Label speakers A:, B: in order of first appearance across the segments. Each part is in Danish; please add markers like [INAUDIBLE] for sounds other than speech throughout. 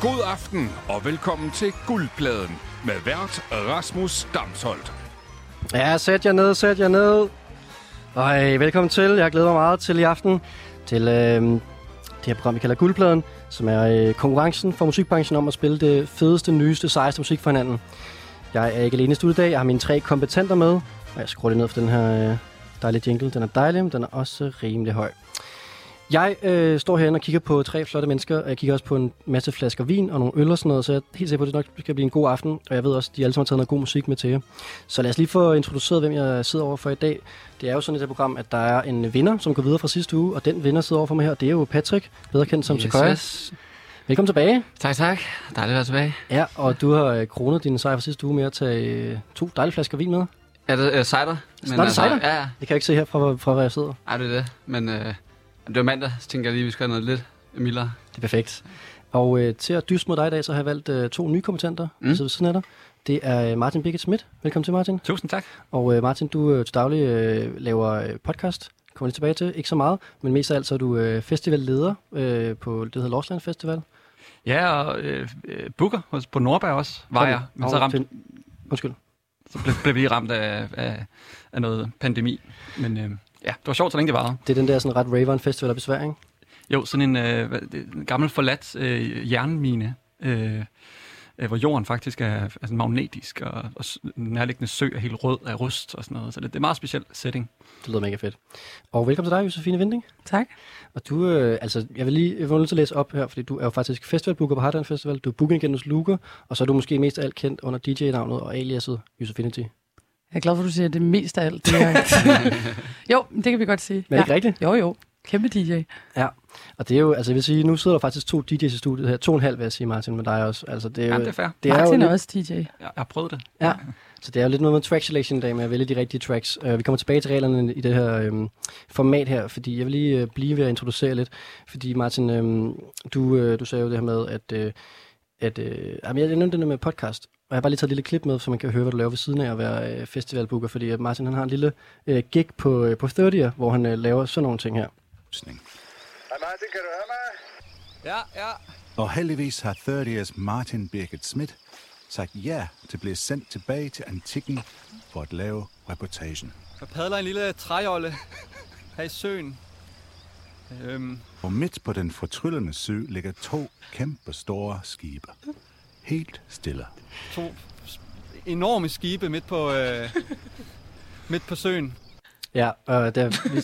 A: God aften og velkommen til Guldpladen med vært Rasmus Damsholdt.
B: Ja, sæt jer ned, sæt jer ned. Og øh, velkommen til. Jeg glæder mig meget til i aften til øh, det her program, vi kalder Guldpladen, som er øh, konkurrencen for musikbranchen om at spille det fedeste, nyeste, sejeste musik for hinanden. Jeg er ikke alene i studiet i dag. Jeg har mine tre kompetenter med. Og jeg skruer lige ned for den her øh, dejlige jingle. Den er dejlig, men den er også rimelig høj. Jeg øh, står herinde og kigger på tre flotte mennesker, og jeg kigger også på en masse flasker vin og nogle øl og sådan noget, så jeg er helt sikker på, at det nok skal blive en god aften, og jeg ved også, at de alle sammen har taget noget god musik med til jer. Så lad os lige få introduceret, hvem jeg sidder over for i dag. Det er jo sådan et her program, at der er en vinder, som går videre fra sidste uge, og den vinder sidder over for mig her, og det er jo Patrick, bedre kendt som yes, Sequoia.
C: yes.
B: Velkommen tilbage.
C: Tak, tak. Dejligt at være tilbage.
B: Ja, og du har øh, kronet din sejr fra sidste uge med at tage øh, to dejlige flasker vin med.
C: Er det øh, cider? Men,
B: Nå, det er cider?
C: Ja, ja.
B: Det kan jeg ikke se her fra, hvor- fra hvor jeg sidder.
C: Ej, det er det. Men øh, det var mandag, så tænkte jeg lige, at vi skal have noget lidt mildere.
B: Det er perfekt. Og øh, til at dyste mod dig i dag, så har jeg valgt øh, to nye kompetenter, mm. ved siden af dig. Det er øh, Martin Birgit Schmidt. Velkommen til, Martin.
D: Tusind tak.
B: Og øh, Martin, du øh, til daglig øh, laver øh, podcast. Kommer lidt tilbage til. Ikke så meget, men mest af alt så er du øh, festivalleder øh, på det, der hedder Lorsland Festival.
D: Ja, og øh, øh, booker hos, på Nordberg også, var jeg. Men så,
B: Og
D: ramte,
B: til- Undskyld.
D: så blev, blev vi lige ramt af, af, af noget pandemi. Men øh, ja, det var sjovt, så længe det varede.
B: Det er den der sådan ret raveren festival op i Sverige, ikke?
D: Jo, sådan en, øh, hvad- det- en gammel forladt øh, jernmine, øh, øh, hvor jorden faktisk er altså, magnetisk, og, og s- den nærliggende sø er helt rød af rust og sådan noget. Så det, det er en meget speciel setting.
B: Det lyder mega fedt. Og velkommen til dig, Josefine Vinding.
E: Tak.
B: Og du, øh, altså, jeg vil lige jeg vil nødt til at læse op her, fordi du er jo faktisk festivalbooker på Hardland Festival, du er booking gennem hos Luger, og så er du måske mest af alt kendt under DJ-navnet og aliaset Josefinity. Men
E: Jeg er glad for, at du siger det mest af alt. Det er...
D: [LAUGHS]
E: jo, det kan vi godt sige.
B: ja. ikke rigtigt?
E: Jo, jo. Kæmpe DJ.
B: Ja. Og det er jo, altså jeg vil sige, nu sidder der faktisk to DJ's i studiet her. To og en halv, vil jeg sige, Martin, med dig også. Altså, det er jo,
D: Ja, det er fair.
B: det er jo
E: Martin er
B: lidt,
E: også DJ.
D: Jeg, jeg har prøvet det.
B: ja. Så det er jo lidt noget med track selection i dag, med at vælge de rigtige tracks. Uh, vi kommer tilbage til reglerne i det her øhm, format her, fordi jeg vil lige øh, blive ved at introducere lidt. Fordi Martin, øhm, du, øh, du sagde jo det her med, at... Øh, at øh, jamen, jeg nævnte det der med podcast, og jeg har bare lige taget et lille klip med, så man kan høre, hvad du laver ved siden af at være øh, festivalbooker, fordi at Martin han har en lille øh, gig på, øh, på 30'er, hvor han øh, laver sådan nogle ting her.
F: Hej Martin, kan du høre mig?
C: Ja, ja.
G: Og heldigvis har 30'ers Martin Birgit Schmidt sagt ja til at blive sendt tilbage til antikken for at lave reportagen.
D: Jeg padler en lille træjolle her i søen. Øhm,
G: Og midt på den fortryllende sø ligger to kæmpe store skibe. Helt stille.
D: to s- enorme skibe midt på, øh, midt på søen.
B: Ja, og da vi [LAUGHS]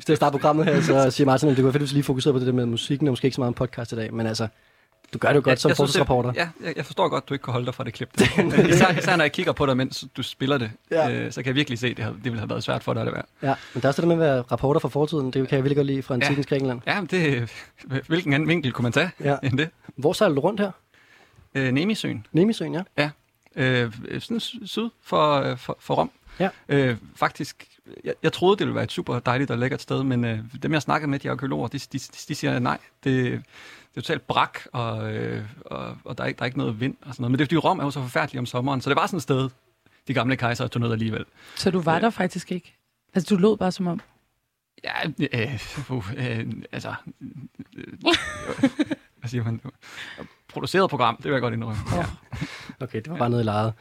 B: skal starte programmet her, så siger Martin, at det kunne være fedt, hvis vi lige fokuserede på det der med musikken, og måske ikke så meget om podcast i dag, men altså, du gør det jo godt som
D: jeg synes, det-
B: forskningsreporter.
D: Ja, jeg, jeg forstår godt, du ikke kan holde dig fra det
B: [LAUGHS]
D: klip. der. især, især når jeg kigger på dig, mens du spiller det,
B: Ja.
D: ja. øh, så kan jeg virkelig se, at det, havde, det ville have været svært for dig at være.
B: Ja, men der er også det der med at være rapporter fra fortiden, det kan jeg virkelig godt lide fra antikens Grækenland.
D: Ja, men det, hvilken anden vinkel kunne man tage
B: Ja.
D: ja. end det?
B: Hvor sejler du rundt her?
D: Øh, Nemisøen,
B: Nemisøen, ja.
D: ja. Øh, sådan sy- syd for, øh, for, for Rom.
B: Ja.
D: Øh, faktisk, jeg, jeg troede, det ville være et super dejligt og lækkert sted, men øh, dem, jeg snakkede med, de arkeologer, de, de, de siger nej. Det, det er totalt brak, og, øh, og, og der, er ikke, der er ikke noget vind og sådan noget. Men det er fordi, Rom er jo så forfærdelig om sommeren, så det var sådan et sted, de gamle kejser tog ned alligevel.
E: Så du var der faktisk ikke? Altså, du lød bare som om.
D: Ja, øh, uh, øh,
E: [LAUGHS]
D: altså... Øh, hvad siger man? Produceret program, det vil jeg godt indrømme. Ja.
B: Okay, det var bare nede i lejet.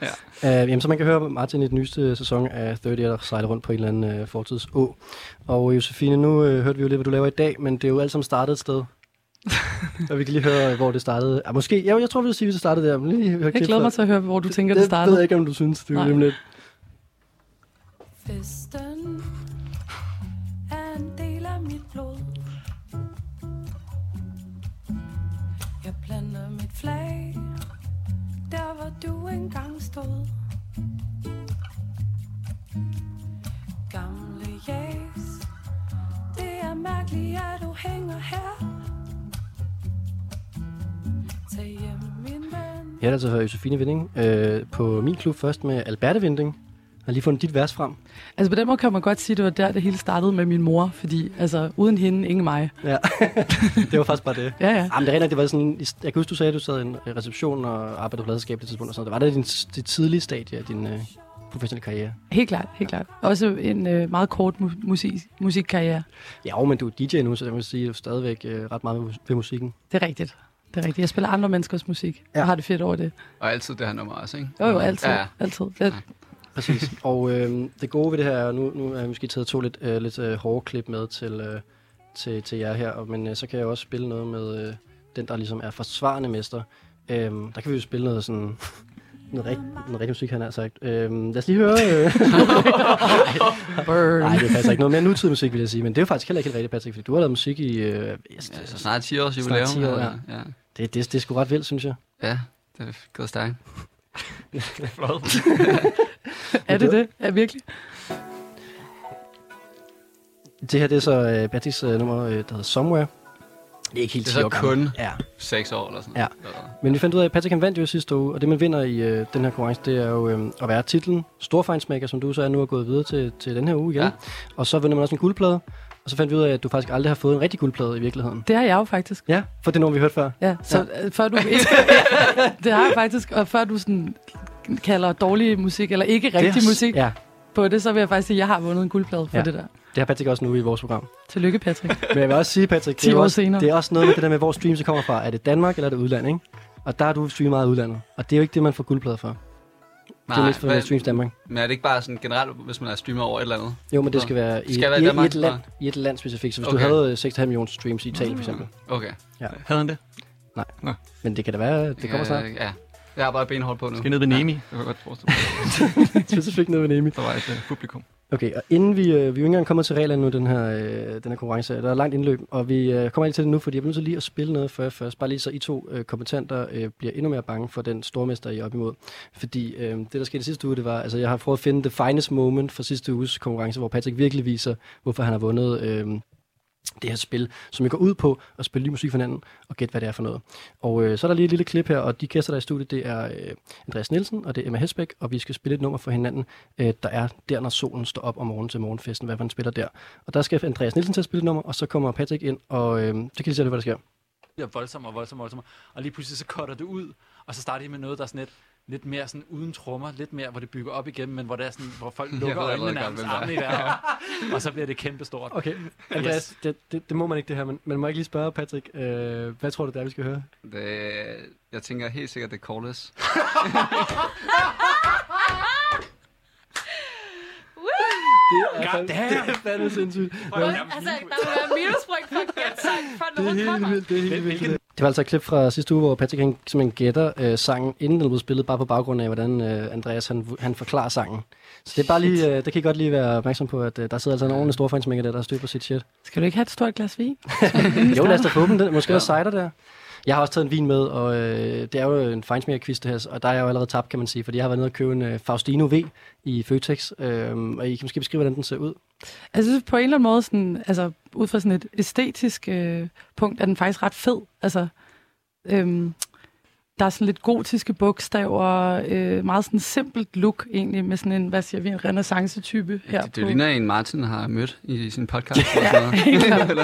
D: Ja.
B: Øh, jamen, så man kan høre Martin i den nyeste sæson af 30 der sejler rundt på en eller anden øh, fortidså. Og Josefine, nu øh, hørte vi jo lidt, hvad du laver i dag, men det er jo alt sammen startet et
E: [LAUGHS]
B: sted. og vi kan lige høre, øh, hvor det startede. Ja, måske, ja, jeg tror, vi vil sige, at det startede der. Men lige, hør
E: Jeg glæder mig til at høre, hvor du tænker,
B: det
E: det
B: Det ved jeg
E: startede.
B: ikke, om du synes, det er
E: Nej.
B: jo lidt.
H: Festen er en del af mit blod. Jeg planter mit flag, der hvor du engang stod. Gamle jæs, det er mærkeligt, at du hænger her. Tag hjem, min ven.
B: Jeg har altså hørt Josefine Vinding øh, på min klub først med Alberte Vinding. Jeg har lige fundet dit vers frem.
E: Altså, på den måde kan man godt sige, at det var der, det hele startede med min mor. Fordi, altså, uden hende, ingen mig.
B: Ja, det var faktisk bare det.
E: Ja, ja.
B: Jamen, det er rent nok, det var sådan, jeg kan huske, du sagde, at du sad i en øh, reception og arbejdede på pladeskab på det tidspunkt. Og sådan noget. Var det din, det tidlige stadie af din øh, professionelle karriere?
E: Helt klart, helt klart. Også en øh, meget kort mu- musik, musikkarriere.
B: Ja, jo, men du er DJ nu, så det vil sige, at du er stadigvæk øh, ret meget ved mus- ved musikken.
E: Det er rigtigt. det er rigtigt. Jeg spiller andre menneskers musik,
B: Ja.
E: ja. og har det fedt over det.
D: Og altid det her nummer også, ikke?
E: Jo, jo, altid.
D: Ja, ja.
E: altid. Jeg,
B: Præcis. [LAUGHS] og øh, det gode ved det her er, nu, nu har jeg måske taget to lidt, øh, lidt øh, hårde klip med til, øh, til, til jer her, og- men øh, så kan jeg jo også spille noget med øh, den, der ligesom er forsvarende mester. Øh, der kan vi jo spille noget sådan... [LAUGHS] Noget rigtig, noget rigtig musik, han har sagt. Øhm, lad os lige høre... Øh.
E: burn.
B: Nej, det passer ikke. Noget mere nutidig musik, vil jeg sige. Men det er jo faktisk heller ikke helt rigtigt, Patrick, fordi du har lavet musik i... Øh,
D: Ja, så
B: yes,
D: snart 10 års jubilæum.
B: 10 år, ja.
D: ja.
B: det, det, det er sgu ret vildt, synes jeg.
D: Ja, det er gået stærkt.
E: er det det? Ja, virkelig.
B: Det her det er så øh, Patricks øh, nummer, øh, der hedder Somewhere. Det er ikke helt
D: Det er
B: 10
D: så
B: år gammelt.
D: kun-
B: Ja,
D: 6 år eller sådan noget. Ja.
B: Men vi fandt ud af, at Patrick han vandt jo sidste uge, og det man vinder i øh, den her konkurrence, det er jo øh, at være titlen Storfejnsmaker, som du så er nu er gået videre til, til den her uge igen. Ja.
D: Ja.
B: Og så vinder man også en guldplade, og så fandt vi ud af, at du faktisk aldrig har fået en rigtig guldplade i virkeligheden.
E: Det har jeg jo faktisk.
B: Ja, for det er nogen, vi hørte før.
E: Ja, så ja. før du... [LAUGHS] det har jeg faktisk. Og før du sådan kalder dårlig musik, eller ikke rigtig
B: det er,
E: musik
B: Ja,
E: på det, så vil jeg faktisk sige, at jeg har vundet en guldplade for
B: Ja.
E: ja. det der.
B: det har Patrick også nu i vores program.
E: Tillykke, Patrick.
B: Men jeg vil også sige, Patrick, det
E: 10
B: er,
E: år
B: også,
E: senere.
B: det er også noget med det der med, hvor streams kommer fra. Er det Danmark, eller er det udlandet, ikke? Og der har du streamet meget i udlandet, og det er jo ikke det, man får guldplader for. det er mest for
D: men,
B: streams Danmark.
D: men er det ikke bare sådan generelt, hvis man er streamer over et eller andet?
B: Jo, men det
D: Nå.
B: skal være i,
D: Skal være i
B: i, i,
D: Danmark,
B: et, land, i et land specifikt. Så hvis okay. du
D: Okay.
B: havde øh, 6,5 millioner streams i Italien, for
E: Mm.
B: eksempel.
D: Okay.
I: Havde han det?
B: Men det kan da være, det kommer
D: Ja,
B: snart.
D: Øh, Ja. Jeg har bare benhold på nu.
I: Skal ned ved Nemi? Det kan jeg godt forestille mig.
B: [LAUGHS] Specifikt nede ved Nemi.
I: Der var et øh, publikum.
B: Okay, og inden vi, øh, vi er jo ikke engang kommet til reglerne nu, den her, øh, den her konkurrence, der er langt indløb, og vi øh, kommer ikke til det nu, fordi jeg bliver nødt til lige at spille noget før først, bare lige så I to øh, kompetenter øh, bliver endnu mere bange for den stormester, I er op imod. Fordi øh, det, der skete i sidste uge, det var, altså jeg har prøvet at finde the finest moment fra sidste uges konkurrence, hvor Patrick virkelig viser, hvorfor han har vundet øh, det her spil, som jo går ud på at spille ny musik for hinanden, og gætte, hvad det er for noget. Og øh, så er der lige et lille klip her, og de gæster, der er i studiet, det er øh, Andreas Nielsen, og det er Emma Hesbæk, og vi skal spille et nummer for hinanden, øh, der er der, når solen står op om morgenen til morgenfesten, hvad man spiller der. Og der skal Andreas Nielsen til at spille et nummer, og så kommer Patrick ind, og øh, så kan I se, hvad der sker.
J: bliver voldsommere og voldsommere og voldsommere. Og lige pludselig så cutter det ud, og så starter de med noget, der er sådan lidt, lidt mere sådan uden trommer, lidt mere, hvor det bygger op igen, men hvor, det er sådan, hvor folk lukker
D: ved
J: øjnene
D: allerede godt,
J: nærmest
D: hvem det er.
J: armene i vejret. og så bliver det kæmpestort.
B: Okay, Andreas, yes. det, det, det, må man ikke det her, men man må ikke lige spørge Patrick, øh, hvad tror du, det er, vi skal høre?
D: Det, jeg tænker helt sikkert, det er Corliss.
J: God damn!
B: Hvad er det sindssygt?
K: Altså, der må være minusbryg for at gætte sang, før
B: Det er
K: noget
B: helt
K: kommer.
B: vildt, det er helt vildt. Det var altså et klip fra sidste uge, hvor Patrick han simpelthen gætter øh, sangen, inden den blev spillet, bare på baggrund af, hvordan øh, Andreas han, han forklarer sangen. Så det er bare lige, øh, der kan I godt lige være opmærksom på, at øh, der sidder altså en ordentlig storfansmækker der, der har styr på sit shit.
E: Skal du ikke have et stort glas vin?
B: Jo, lad os da få dem, den, måske også cider der. Jeg har også taget en vin med, og øh, det er jo en fejnsmækker-quiz det her, og der er jeg jo allerede tabt, kan man sige, fordi jeg har været nede og købe en øh, Faustino V i Føtex, øh, og I kan måske beskrive, hvordan den ser ud.
E: Jeg synes på en eller anden måde, sådan, altså, ud fra sådan et æstetisk øh, punkt, er den faktisk ret fed. Altså, øhm, der er sådan lidt gotiske bogstaver, øh, meget sådan simpelt look egentlig, med sådan en, hvad siger vi, en renaissance-type her.
D: Det, det
E: på-
D: ligner en, Martin har mødt i
B: [LAUGHS]
D: sin podcast. eller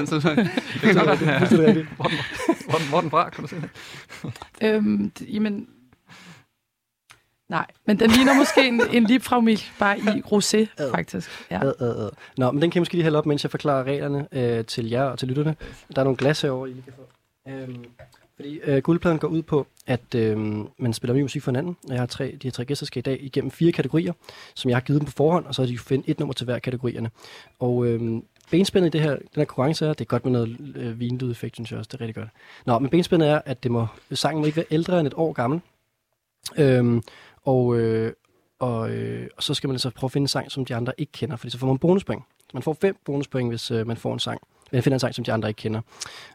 D: sådan noget.
E: helt klart.
D: [LAUGHS] På et eller andet tidspunkt. [LAUGHS]
I: Hvor, hvor er den fra? Kan du se det?
E: Øhm, d- jamen, nej, men den ligner måske en, en lipfraumil, bare i rosé, faktisk. Ja.
B: Ad, ad, ad. Nå, men den kan jeg måske lige hælde op, mens jeg forklarer reglerne øh, til jer og til lytterne. Der er nogle glas herovre, I lige kan få. Øhm, fordi øh, guldpladen går ud på, at øh, man spiller ny musik for hinanden, og jeg har tre, de her tre gæster skal i dag igennem fire kategorier, som jeg har givet dem på forhånd, og så har de kunnet finde et nummer til hver af kategorierne. Og øh, benspændet i det her, den her konkurrence er, det er godt med noget øh, vinlydeffekt, synes jeg også, det er rigtig godt. Nå, men benspændet er, at det må, sangen må ikke være ældre end et år gammel. Øhm, og, øh, og, øh, og så skal man altså prøve at finde en sang, som de andre ikke kender, fordi så får man bonuspoint. Man får fem bonuspoint, hvis øh, man får en sang, man finder en sang, som de andre ikke kender.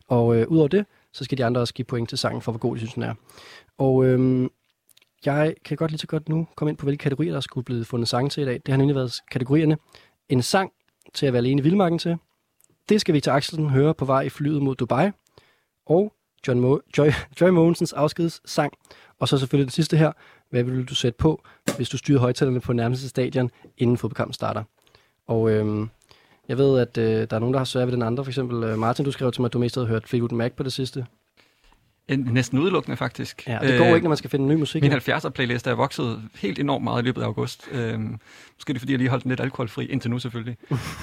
B: Og øh, udover det, så skal de andre også give point til sangen for, hvor god de synes, den er. Og øh, jeg kan godt lige så godt nu komme ind på, hvilke kategorier, der skulle blive fundet sange til i dag. Det har nemlig været kategorierne. En sang til at være alene i Vildmarken til. Det skal Victor Axelsen høre på vej i flyet mod Dubai. Og John Mo- Joy, [LAUGHS] Joy Mogensens afskedssang. Og så selvfølgelig den sidste her. Hvad vil du sætte på, hvis du styrer højtalerne på nærmeste stadion, inden fodboldkampen starter. Og øhm, jeg ved, at øh, der er nogen, der har svært ved den andre. For eksempel øh, Martin, du skrev til mig, at du mest havde hørt Fleetwood Mac på det sidste.
I: En, næsten udelukkende, faktisk.
B: Ja, det går
I: Øh,
B: øh, ikke, når man skal finde ny musik.
I: Min 70'er playlist er vokset helt enormt meget i løbet af august. Øhm, måske er det fordi, jeg lige holdt den lidt alkoholfri indtil nu selvfølgelig.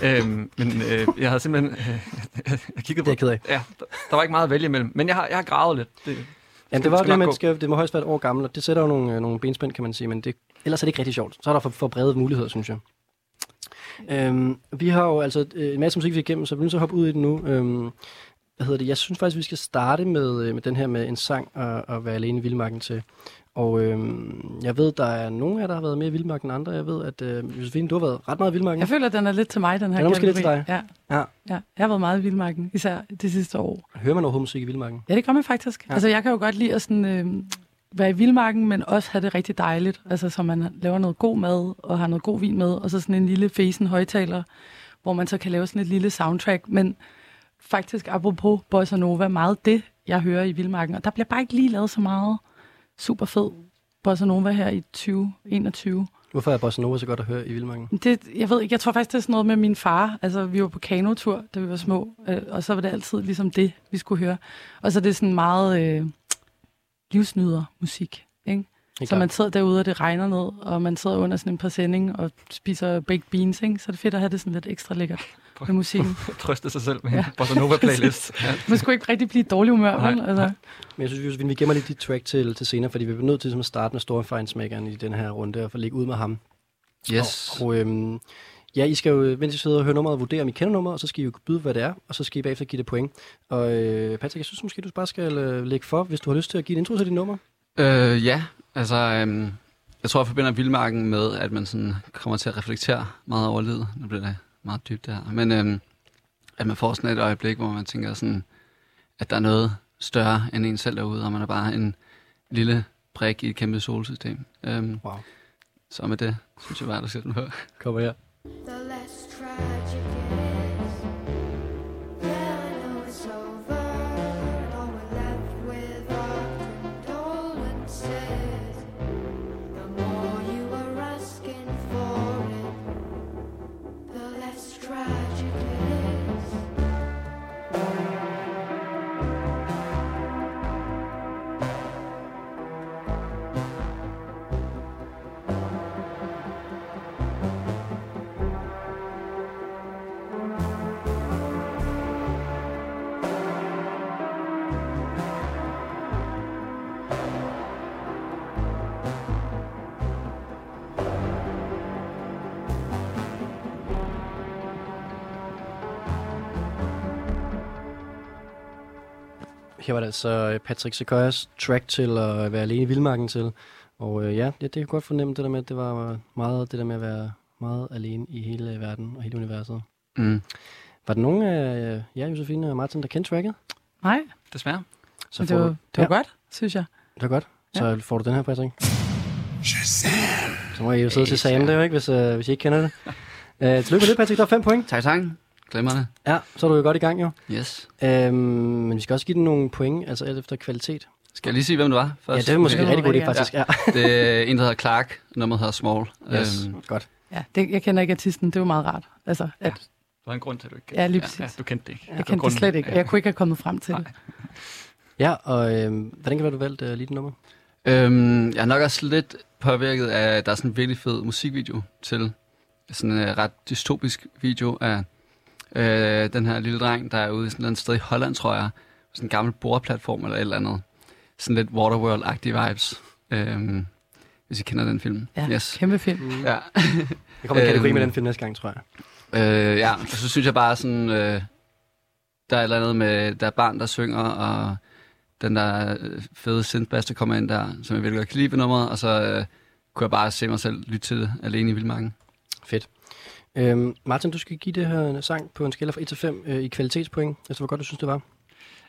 I: øhm, men øh, jeg havde simpelthen... [LAUGHS] Øh, jeg kiggede
B: Det er
I: på...
B: jeg ked af.
I: Ja, der, der var ikke meget at vælge imellem. Men jeg har, jeg har gravet lidt. Det,
B: Ja,
I: Skal-
B: det var det,
I: skal nok
B: man
I: gå.
B: skal, det må højst være et år gammelt, og det sætter jo nogle, øh, nogle benspænd, kan man sige, men det, ellers er det ikke rigtig sjovt. Så er der for, for brede muligheder, synes jeg. Øhm, vi har jo altså øh, en masse musik, vi er igennem, så vi er nødt til at hoppe ud i det nu. Øhm, hvad hedder det? Jeg synes faktisk, vi skal starte med, øh, med den her med en sang og, og være alene i Vildmarken til. Og øhm, jeg ved, der er nogen af jer, der har været mere i Vildmarken end andre. Jeg ved, at øh, Josefine, du har været ret meget i Vildmarken.
E: Jeg føler, at den er lidt til mig, den her
B: Den er måske lidt til
E: kategori.
B: dig.
E: Ja.
B: Ja.
E: ja. Jeg har været meget i Vildmarken, især det sidste år.
B: Hører man overhovedet musik i Vildmarken?
E: Ja, det gør man faktisk.
B: Ja.
E: Ja. Altså, jeg kan jo godt lide at sådan, øh, være i Vildmarken, men også have det rigtig dejligt. Altså, så man laver noget god mad, og har noget god vin med, og så sådan en lille fesen højtaler, hvor man så kan lave sådan et lille soundtrack. Men faktisk, apropos Bossa Nova, meget det, jeg hører i Vildmarken. Og der bliver bare ikke lige lavet så meget super fed Bossa Nova her i 2021.
B: Hvorfor er Bossa Nova så godt at høre i Vildmarken?
E: Det, jeg ved ikke, jeg tror faktisk, det er sådan noget med min far. Altså, vi var på kanotur, da vi var små, øh, og så var det altid ligesom det, vi skulle høre. Og så er det sådan meget øh, livsnyder musik, ikke?
B: Helt
E: Så man
B: klart.
E: sidder derude, og det regner ned, og man sidder under sådan en præsending og spiser baked beans, ikke? Så er det fedt at have det sådan lidt ekstra lækkert med musikken.
I: Trøste sig selv med en Bossa Nova playlist.
B: [LAUGHS]
I: Ja.
E: Man skulle ikke rigtig blive i dårlig humør, vel?
I: Nej,
E: Altså.
B: Men jeg synes, Josefine, vi gemmer lige dit track til, til senere, fordi vi er nødt til ligesom, at starte med Stormfejnsmækkeren i den her runde og få ligge ud med ham.
D: Yes.
B: Og, og øhm, ja, I skal jo, mens I sidder og hører nummeret, vurdere, om I kender nummeret, og så skal I jo byde, hvad det er, og så skal I bagefter give det point. Og øh, Patrick, jeg synes måske, du bare skal øh, lægge for, hvis du har lyst til at give en intro til dit nummer.
D: Øh, ja, altså, øhm, jeg tror, jeg forbinder vildmarken med, at man sådan kommer til at reflektere meget over livet. Nu bliver det meget dybt det her. Men øhm, at man får sådan et øjeblik, hvor man tænker sådan, at der er noget større end en selv derude, og man er bare en lille brik i et kæmpe solsystem. Øhm,
B: wow.
D: Så med det, synes jeg bare, der skal den høre.
B: Kommer her.
H: The less tragic it is, then I know it's over. And all we're left with are condolences. The more you are asking for it, the less tragic it is.
B: Her var det altså øh, Patrick Sequoias track til at øh, være alene i Vildmarken til. Og øh, ja, det, det kan jeg godt fornemme det der med, at det var meget det der med at være meget alene i hele verden og hele universet.
D: Mm.
B: Var der nogen af øh, jer, Josefine og Martin, der kendte tracket?
E: Nej,
I: Desværre.
B: Så
E: Men
B: får
E: det var,
B: du-
E: det var ja. godt, synes jeg.
B: Det var godt. Så får du den her, Patrick. Så må I jo sidde til sagen, det er jo ikke, hvis, øh, hvis I ikke kender det. Øh, tillykke med det, Patrick. Der er fem point.
D: Tak, tak. Glemmerne.
B: Ja, så er du jo godt i gang, jo.
D: Yes.
B: Øhm, men vi skal også give den nogle point, altså alt efter kvalitet.
D: Skal jeg lige sige, hvem det var? Først?
B: Ja, det er måske
D: Øh,
B: en rigtig god idé, faktisk. Ja.
D: Det er en, der hedder Clark, nummeret hedder Small. Øhm,
B: Yes, godt.
E: Ja, det, jeg kender ikke artisten, det var meget rart. Altså, at, ja.
I: Der var en grund til, at du ikke
E: Ja, lige præcis.
I: Ja, du kendte det ikke.
E: Jeg kendte det slet ikke, og jeg kunne ikke have kommet frem til det.
B: Ja, og øhm, hvordan kan det være, du valgte øh, lige det nummer?
D: Øhm, jeg er nok også lidt påvirket af, at der er sådan en virkelig fed musikvideo til. Sådan en øh, ret dystopisk video af øh, den her lille dreng, der er ude i sådan et eller andet sted i Holland, tror jeg. På sådan en gammel boreplatform eller et eller andet. Sådan lidt Waterworld-agtige vibes. Øhm, hvis I kender den film.
E: Ja, kæmpe film.
D: Ja.
B: Jeg kommer i kategori med
D: Øhm,
B: den film næste gang, tror jeg.
D: Øh, ja, og så synes jeg bare sådan, øh, der er et eller andet med, der er barn, der synger, og den der øh, fede synthbass, der kommer ind der, som jeg virkelig godt kan lide ved nummeret, og så øh, kunne jeg bare se mig selv lytte til det, alene i Vildmarken.
B: Fedt. Øhm, Martin, du skal give det her sang på en skala fra 1 til 5 øh, i kvalitetspoint. Altså, hvor godt du synes, det var.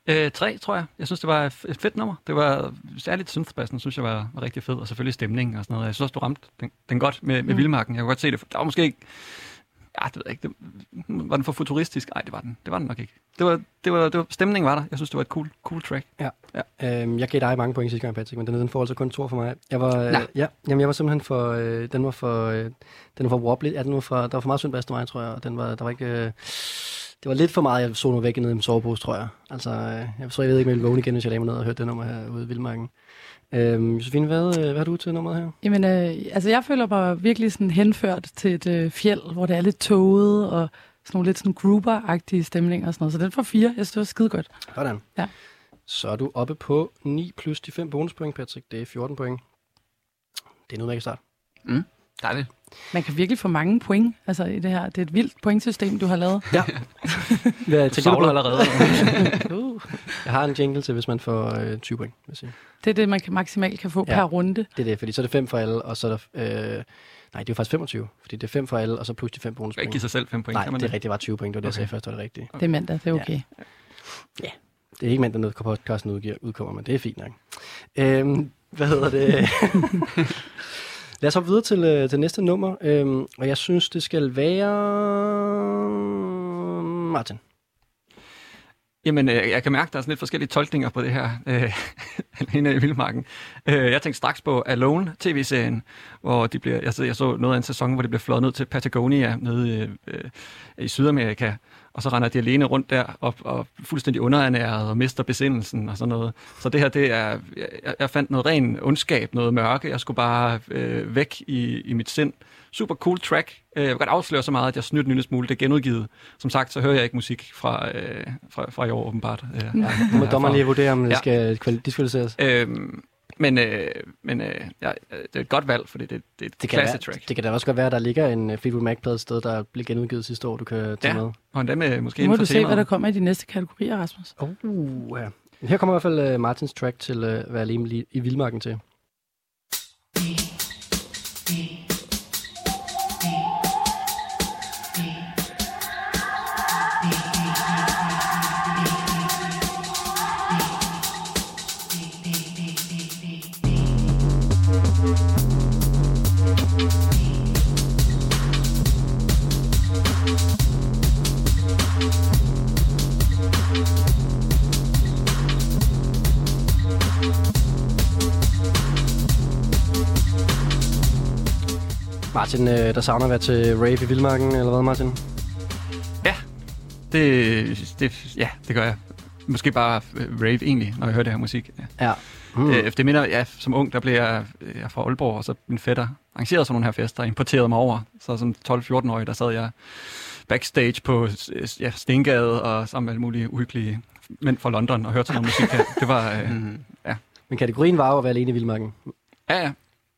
I: Øh, tre, tror jeg. Jeg synes, det var et fedt nummer. Det var særligt synthbassen, synes jeg var, var rigtig fed, og selvfølgelig stemningen og sådan noget. Jeg synes også, du ramte den, den godt med, med
E: Mm.
I: mm. vildmarken. Jeg kunne godt se det. Der var måske ikke... Ja, det ved jeg ikke. Det, var den for futuristisk? Nej, det var den. Det var den nok ikke. Det var, det var, det var, stemningen var der. Jeg synes, det var et cool, cool track.
B: Ja. ja. Øhm, jeg gav dig mange point sidste gang, Patrick, men den, den får altså kun to for mig. Jeg var, øh,
D: Nå.
B: ja, jamen, jeg var simpelthen for, øh, den var for, øh, den var for wobbly, ja, den var for, der var for meget syndbass til mig, tror jeg, og den var, der var ikke, øh, det var lidt for meget, jeg så nu væk nede i min sovepose, tror jeg. Altså, øh, jeg tror, jeg ved ikke, om jeg ville vågne igen, hvis jeg lagde mig ned og hørte det nummer her ude i Vildmarken. Øhm, Josefine, hvad, øh, hvad har du til nummeret her?
E: Jamen, øh, altså jeg føler mig virkelig sådan henført til et øh, fjeld, hvor det er lidt tåget og sådan nogle lidt sådan grupper-agtige stemninger og sådan noget. Så den får fire. Jeg synes, det var skide godt.
B: Sådan.
E: Ja.
B: Så er du oppe på 9 plus de 5 bonuspoint, Patrick. Det er 14 point. Det er noget, man kan starte.
D: Mm. Dejligt.
E: Man kan virkelig få mange point altså, i det her. Det er et vildt pointsystem, du har lavet.
B: Ja. [LAUGHS] Hvad
E: Du savler allerede.
B: uh. Jeg har en jingle til, hvis man får øh, 20 point. Vil jeg sige.
E: Det er det, man kan maksimalt kan få ja. per runde.
B: Det er det, fordi så er det 5 for alle, og så er der... Øh, nej, det er jo faktisk 25, fordi det er 5 for alle, og så plus de 5 bonuspoint.
I: [LAUGHS] ikke give sig selv fem point,
B: Nej,
I: kan man
B: det er
I: det?
B: rigtigt, det var 20 point, det var det, jeg
I: Okay.
B: sagde først, det var det rigtige.
E: Det er mandag, det er okay.
B: Ja. ja. Det er ikke mandag, noget podcasten udgiver, udkommer, men det er fint nok. Øhm, hvad hedder det? [LAUGHS] Lad os hoppe videre til, øh, til næste nummer, øhm, og jeg synes, det skal være... Martin.
I: Jamen, øh, jeg kan mærke, der er sådan lidt forskellige tolkninger på det her, øh, [LAUGHS] alene i Vildmarken. Øh, jeg tænkte straks på Alone, tv-serien, hvor de bliver, jeg, så, jeg så noget af en sæson, hvor de bliver flået ned til Patagonia nede øh, øh, i Sydamerika, og så render de alene rundt der og, og fuldstændig underernæret og mister besindelsen og sådan noget. Så det her, det er, jeg, jeg fandt noget ren ondskab, noget mørke. Jeg skulle bare øh, væk i, i mit sind. Super cool track. Øh, Jeg vil godt afsløre så meget, at jeg snydte en lille smule. Det er genudgivet. Som sagt, så hører jeg ikke musik fra, øh, fra, fra i år, åbenbart. [LAUGHS] Øh,
B: Ja, nu må dommeren lige vurdere, om det
I: Ja.
B: skal kvali- diskvalificeres.
I: Øhm, men øh, men øh, ja, øh, det er et godt valg, fordi det, det er et
B: Det
I: det
B: kan,
I: klasse
B: være,
I: track.
B: det kan da også godt være, at der ligger en øh, Fleetwood Mac-plade et sted, der blev genudgivet sidste år, du kan tage
I: Ja,
B: med.
I: og endda med øh, måske
E: Nu må
I: inden for
E: du se, hvad
I: temaet.
E: der kommer i de næste kategorier, Rasmus.
B: Uh, ja. Her kommer i hvert fald øh, Martins track til øh, Vær alene li- i Vildmarken til. Martin, øh, der savner at være til rave i Vildmarken, eller hvad Martin?
I: Det, det, ja, det gør jeg. Måske bare øh, rave egentlig, når jeg hører det her musik. Ja.
B: Ja. Mm.
I: Øh, det minder, ja, som ung, der blev jeg, øh, jeg er fra Aalborg, og så min fætter arrangerede sådan nogle her fester, og importerede mig over. Så som 12-14-årig, der sad jeg backstage på øh, ja, Stengade, og sammen med alle mulige uhyggelige mænd fra London, og hørte sådan noget musik her. Det var, øh,
D: Mm.
B: Men kategorien var jo at være alene i Vildmarken.
I: ja, ja,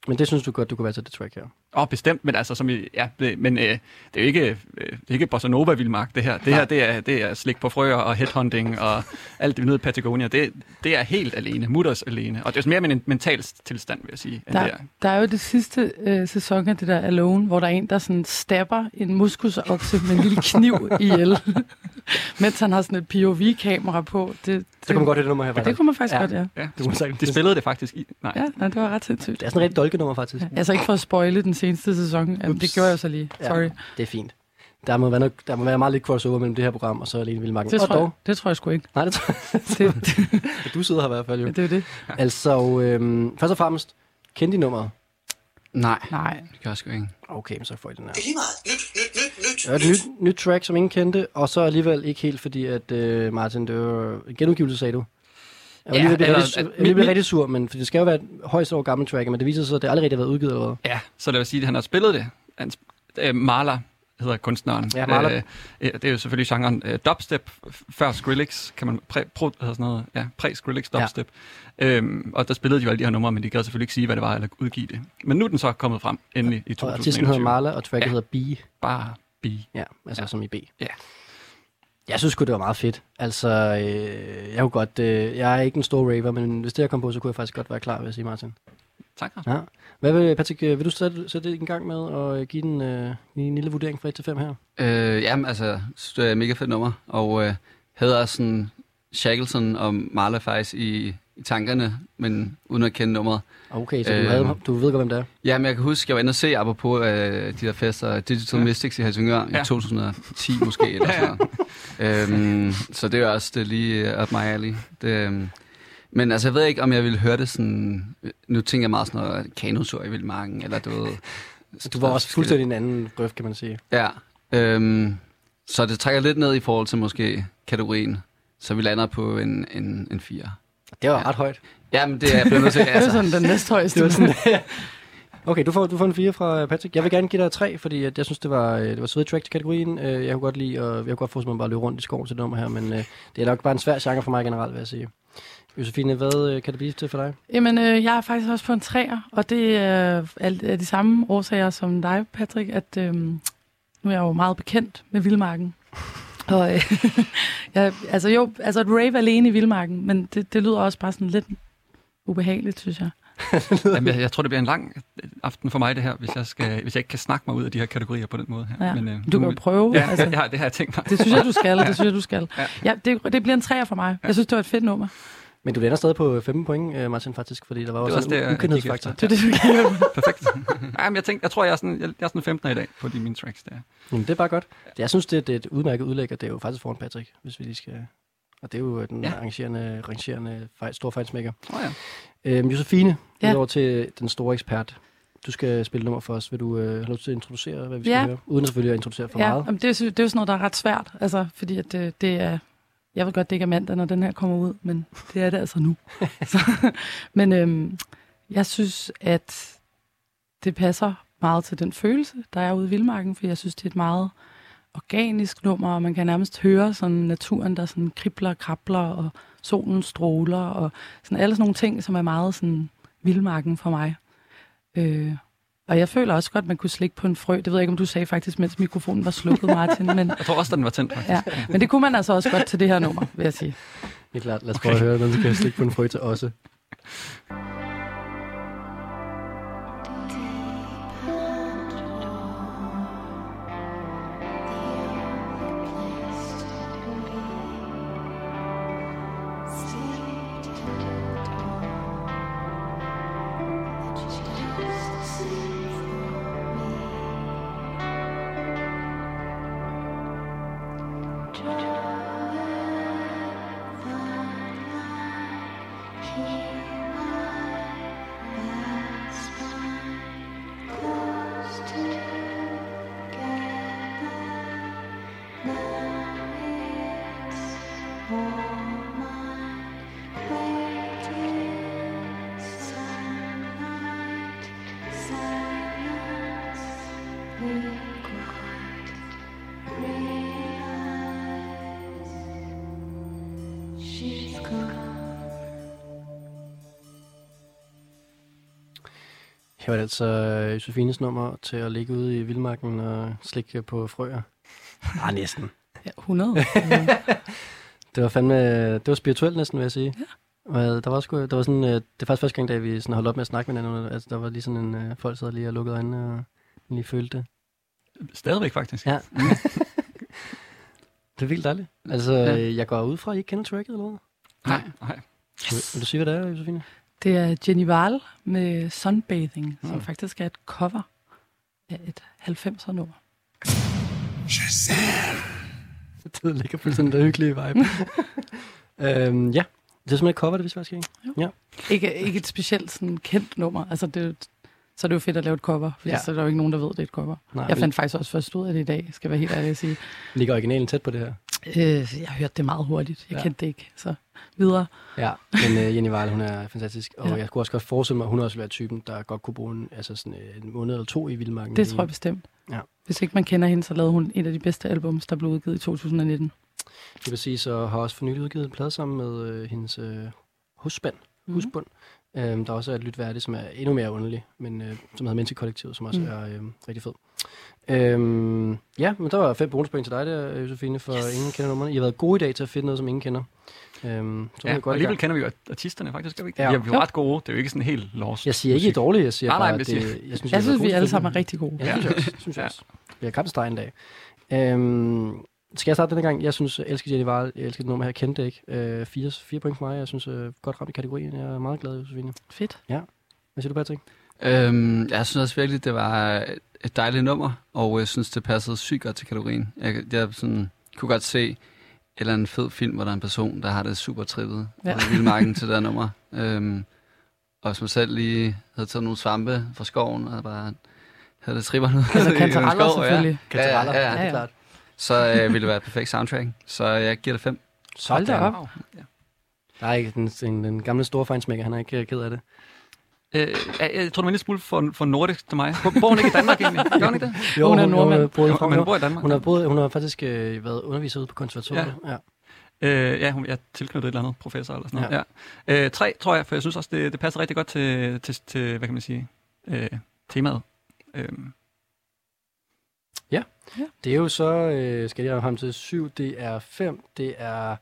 B: Men det synes du godt, du kunne være til det track her.
I: Åh, oh, bestemt, men altså, som i, ja, det, men øh, det er jo ikke, øh, det er ikke Bossa Nova vildmark, det her. Det her, det er, det er slik på frøer og headhunting og alt det nede i Patagonia. Det, det er helt alene, mutters alene. Og det er sådan mere med en mental tilstand, vil jeg sige, end det
E: Der,
I: er.
E: der er jo det sidste øh, sæson af det der Alone, hvor der er en, der sådan stabber en muskusokse med en lille kniv ihjel, [LAUGHS] mens han har sådan et POV-kamera på. Det,
B: Så kunne man godt høre det nummer her, faktisk.
E: det kunne man faktisk
B: Ja.
E: ja. godt, ja.
I: Ja.
B: Du må sagt,
I: De spillede det faktisk i. Nej.
E: Ja, nej, det var ret sindssygt.
B: Det er sådan et rigtig dolke nummer, faktisk. Ja.
E: Altså ikke for at spoile den seneste sæson. Jamen, det
B: Ups.
E: gjorde jeg så lige.
B: Ja.
E: Sorry. Ja.
B: Det er fint. Der må, være noget, der må være meget lidt crossover mellem det her program, og så alene i Vildmarken.
E: Det,
B: og
E: tror
B: dog.
E: jeg, det tror jeg sgu ikke.
B: Nej, det tror
E: Det, det,
B: jeg. Du sidder her i hvert fald jo.
E: det er jo det.
B: Altså, øhm, først og fremmest, kend de nummeret.
D: Nej,
E: Nej.
D: det gør jeg sgu ikke.
B: Okay, men så får I den her.
F: Lige meget. Nyt, nyt, nyt, nyt.
B: Det var et nyt, nyt track, som ingen kendte, og så alligevel ikke helt, fordi at øh, Martin, det var en genudgivelse, sagde du. Jeg var
D: Ja,
B: lige ved at blive
D: eller
B: rigtig, su-
D: at
B: jeg var lige ved at blive
D: mit-
B: rigtig sur, men for det skal jo være et højst år gammelt track, men det viser sig, at det aldrig rigtig har været udgivet eller hvad.
I: Ja, så lad os sige, at han har spillet det. Han, sp- øh, Marla hedder kunstneren.
B: Ja, Marla.
I: Øh, øh, det er jo selvfølgelig genren øh, dubstep, f- før Skrillex, kan man præ, pro, hedder sådan noget, ja, præ-Skrillex dubstep. Ja. Øhm, og der spillede de jo alle de her numre, men de gad selvfølgelig ikke sige, hvad det var, eller udgive det. Men nu er den så kommet frem, endelig, i
B: Og artisten
I: 2021.
B: hedder Marla, og tracket ja.
I: Ja.
B: hedder B.
I: Bare be.
B: Ja, altså ja.
I: Ja.
B: som i B.
I: Ja.
B: Jeg synes sgu, det var meget fedt. Altså, øh, jeg kunne godt... Øh, jeg er ikke en stor raver, men hvis det her kom på, så kunne jeg faktisk godt være klar, vil jeg sige, Martin.
I: Tak, Rasmus.
B: Ja. Hvad vil, Patrick, øh, vil du sætte, sætte det i gang med og øh, give den øh, en lille vurdering fra 1 til 5 her?
D: Øh, jamen, altså, synes, det er et mega fedt nummer, og øh, havde også sådan Shackleton og Marla faktisk i, i tankerne, men uden at kende nummeret.
B: Okay, så øh, du,
D: Øh,
B: havde, du ved godt, hvem det er.
D: Jamen, jeg kan huske, jeg var inde og se, apropos øh, de der fester, Digital ja. Mystics i Helsingør ja.
I: Ja.
D: i 2010 måske, eller sådan noget. øhm, så det er også det er lige øh, up my alley. Det, øhm, men altså, jeg ved ikke, om jeg ville høre det sådan... øh, Nu tænker jeg meget sådan noget øh, kanotur i Vildmarken, eller du ved...
B: Du var også fuldstændig en anden grøft, kan man sige.
D: Ja, øhm, så det trækker lidt ned i forhold til måske kategorien. Så vi lander på en, en, en 4.
B: Det var ret højt.
D: Jamen, det er jeg blevet nødt til.
E: Det er
D: Altså,
B: [LAUGHS]
E: sådan den næsthøjeste.
B: Det var sådan, Okay, du får, du får en 4 fra øh, Patrick. Jeg vil gerne give dig 3, fordi at jeg synes, det var, øh, det var svedigt track til kategorien. Øh, Jeg kunne godt lide, og jeg kunne godt forestille mig bare at løbe rundt i skoven til det nummer her, men øh, det er nok bare en svær genre for mig generelt, vil jeg sige. Josefine, hvad øh, kan det blive til for dig?
E: Jamen, øh, jeg er faktisk også på en træer, og det øh, er, er de samme årsager som dig, Patrick, at øh, nu er jeg jo meget bekendt med Vildmarken. Og øh, [LAUGHS] jeg, altså jo, altså et rave alene i Vildmarken, men det, det lyder også bare sådan lidt ubehageligt, synes jeg.
I: Jamen, jeg, jeg tror, det bliver en lang aften for mig, det her, hvis jeg, skal, hvis jeg ikke kan snakke mig ud af de her kategorier på den måde her.
E: Ja.
I: øh,
E: Du kan jo
I: nu-
E: prøve,
I: Ja,
E: altså.
I: altså. [LAUGHS] ja, det har jeg tænkt mig.
E: Det synes jeg, du skal,
I: [LAUGHS] Ja.
E: det synes jeg, du skal.
I: Ja.
E: Ja, det, det bliver en træer for mig. Jeg synes, det var et fedt nummer.
B: Men du lander stadig på 15 point, øh, Martin, faktisk, fordi der var også,
I: Det var også det,
B: en u-
I: jeg
B: ukendhedsfaktor.
I: gik efter.
E: Det er det, du kigger
I: [LAUGHS] Perfekt. Jamen, jeg, tænkte, jeg tror, jeg er sådan, jeg, jeg er sådan 15 i dag på de mine tracks der.
B: Jamen, det er bare godt. Jeg synes, det, det er et udmærket udlæg, og det er jo faktisk foran Patrick, hvis vi lige skal... Og det er jo den ja.
I: Ja.
B: arrangerende, arrangerende fej, store fejlsmækker.
I: Oh, ja.
B: Øhm, Josefine,
E: Ja.
B: ja. over til den store ekspert. Du skal spille nummer for os. Vil du øh, have lov til at introducere, hvad vi skal
E: Ja.
B: høre? Uden selvfølgelig at introducere for
E: ja,
B: meget.
E: Jamen, det, er, jo- det er jo sådan noget, der er ret svært, altså, fordi at det, det er... Jeg ved godt, det ikke er mandag, når den her kommer ud, men det er det altså
B: [LAUGHS]
E: nu. Så, men øhm, jeg synes, at det passer meget til den følelse, der er ude i Vildmarken, for jeg synes, det er et meget organisk nummer, og man kan nærmest høre sådan naturen, der sådan kribler og krabler, og solen stråler, og sådan alle sådan nogle ting, som er meget sådan Vildmarken for mig. Øh, og jeg føler også godt, at man kunne slikke på en frø. Det ved jeg ikke, om du sagde faktisk, mens mikrofonen var slukket, Martin.
B: [LAUGHS]
E: Men,
I: Jeg tror også, den var tændt, faktisk.
E: ja. men det kunne man altså også godt til det her nummer, vil jeg sige.
B: Det er klart. Lad os prøve at høre, når vi kan slikke på en frø til også.
H: She's gone.
B: Her var det altså øh, Josefines nummer til at ligge ude i vildmarken og slikke på frøer. Ah, næsten.
E: Ja,
B: [LAUGHS]
E: 100.
B: Det var fandme, det var spirituelt næsten, vil jeg sige. Ja. Og der var, sgu, der var sådan, øh, det er faktisk første gang, da vi sådan holdt op med at snakke med hinanden. Altså, der var lige sådan en, øh, folk sad lige og lukkede øjnene og lige følte det.
I: Stadigvæk, faktisk.
B: Ja. det er vildt dejligt. Altså,
D: Ja.
B: ja. jeg går ud fra, at I ikke kender tracket eller noget.
D: Nej.
I: Nej.
B: Yes. Vil, vil du sige, hvad det er, Josefine?
E: Det er Jenny Wahl med Sunbathing,
B: Mm.
E: som faktisk er et cover af et 90'er nummer.
B: Det ligger på sådan der hyggelige vibe. øhm, ja, det er simpelthen et cover, det vidste jeg faktisk ikke.
E: Ikke,
B: [LAUGHS]
E: ikke et specielt sådan kendt nummer. Altså, det, er jo et- så er det jo fedt at lave et cover, for
B: Ja.
E: ja. så er der jo ikke nogen, der ved, det er et cover.
B: Nej,
E: Jeg
B: men
E: fandt faktisk også først ud af det i dag, skal jeg være helt ærlig at sige.
B: Ligger originalen tæt på det her?
E: Øh, jeg hørte det meget hurtigt. Jeg
B: Ja.
E: ja. kendte det ikke, så videre.
B: Ja, men øh, Jenny Vejle, hun er fantastisk. Og
E: Ja.
B: jeg kunne også godt forestille mig, at hun også ville være typen, der godt kunne bruge en, altså sådan, øh, en måned eller to i Vildmarken.
E: Det tror jeg bestemt.
B: Mm. Ja.
E: Hvis ikke man kender hende, så lavede hun et af de bedste albums, der blev udgivet i 2019.
B: Det vil sige, så har også for nylig udgivet en plade sammen med øh, hendes øh, husband, mm-hmm. husbund. Øhm, der også er et lytværdigt, som er endnu mere underlig, men øh, som hedder Menneskekollektivet, som også
E: Mm.
B: mm. er øh, rigtig fed. Øhm, ja, men der var fem bonuspoint til dig der, øh, Josefine, for yes. ingen kender numrene. I har været gode i dag til at finde noget, som ingen kender. Øhm, så ja, godt i
I: Ja, og
B: gang.
I: alligevel kender vi jo artisterne, faktisk. Gør vi ikke?
B: Ja.
I: Ja. Vi er jo ret gode. Det er jo ikke sådan helt lost.
B: Jeg siger ikke, I er
I: musik.
B: dårlige, jeg siger
I: Nej, nej,
B: bare,
I: men
B: at
I: jeg
B: det-
I: siger-
B: jeg synes, I har været
E: Jeg synes, vi
B: gode til
E: alle
B: at finde
E: sammen er rigtig gode.
B: Ja, det synes jeg [LAUGHS] også. Synes jeg også. Vi har kampstreg en dag. Øhm, skal jeg starte denne gang? Jeg synes, jeg elsker Jenny Varel. Jeg elsker det nummer her. Jeg kendte det ikke. Øh, fire, fire point for mig. Jeg synes, øh, godt ramt i kategorien. Jeg er meget glad, Josefine.
E: Fedt.
B: Hvad siger du, Patrick?
D: Øhm, jeg synes også virkelig, det var et dejligt nummer, og jeg synes, det passede sygt godt til kategorien. Jeg, jeg sådan, kunne godt se en eller anden fed film, hvor der er en person, der har det super trippet
E: Ja.
D: ja. i vildmarken til det her nummer. Øhm, og som selv lige havde taget nogle svampe fra skoven, og bare havde det tripper ud. i
E: Altså
D: en
E: kantareller
D: skov, ja.
E: selvfølgelig.
D: Ja, ja, ja,
E: Ja,
D: ja.
E: ja.
B: klart.
D: Så øh, ville det være et perfekt soundtrack. Så jeg giver det fem.
E: Hold da op.
B: Der er ikke den, den, den gamle store fejnsmækker. Han er ikke øh, ked af det.
I: Øh, jeg, jeg tror, du er en lille smule for, for nordisk til mig. Bor- Bor hun ikke i Danmark egentlig? Gør hun ikke det?
B: Jo, hun, Hun, boet i
I: Hun,
B: Frankrig.
I: hun bor i Danmark.
B: Hun har, boet, hun har faktisk øh, været underviser ude på konservatoriet. Ja. ja.
I: Øh, ja, hun er tilknyttet et eller andet professor eller sådan noget. Ja. Øh, tre, tror jeg, for jeg synes også, det, det passer rigtig godt til, til, til hvad kan man sige, øh, temaet. Øh,
B: Ja. ja. Det er jo så, øh, skal jeg have ham til 7, det er 5, det er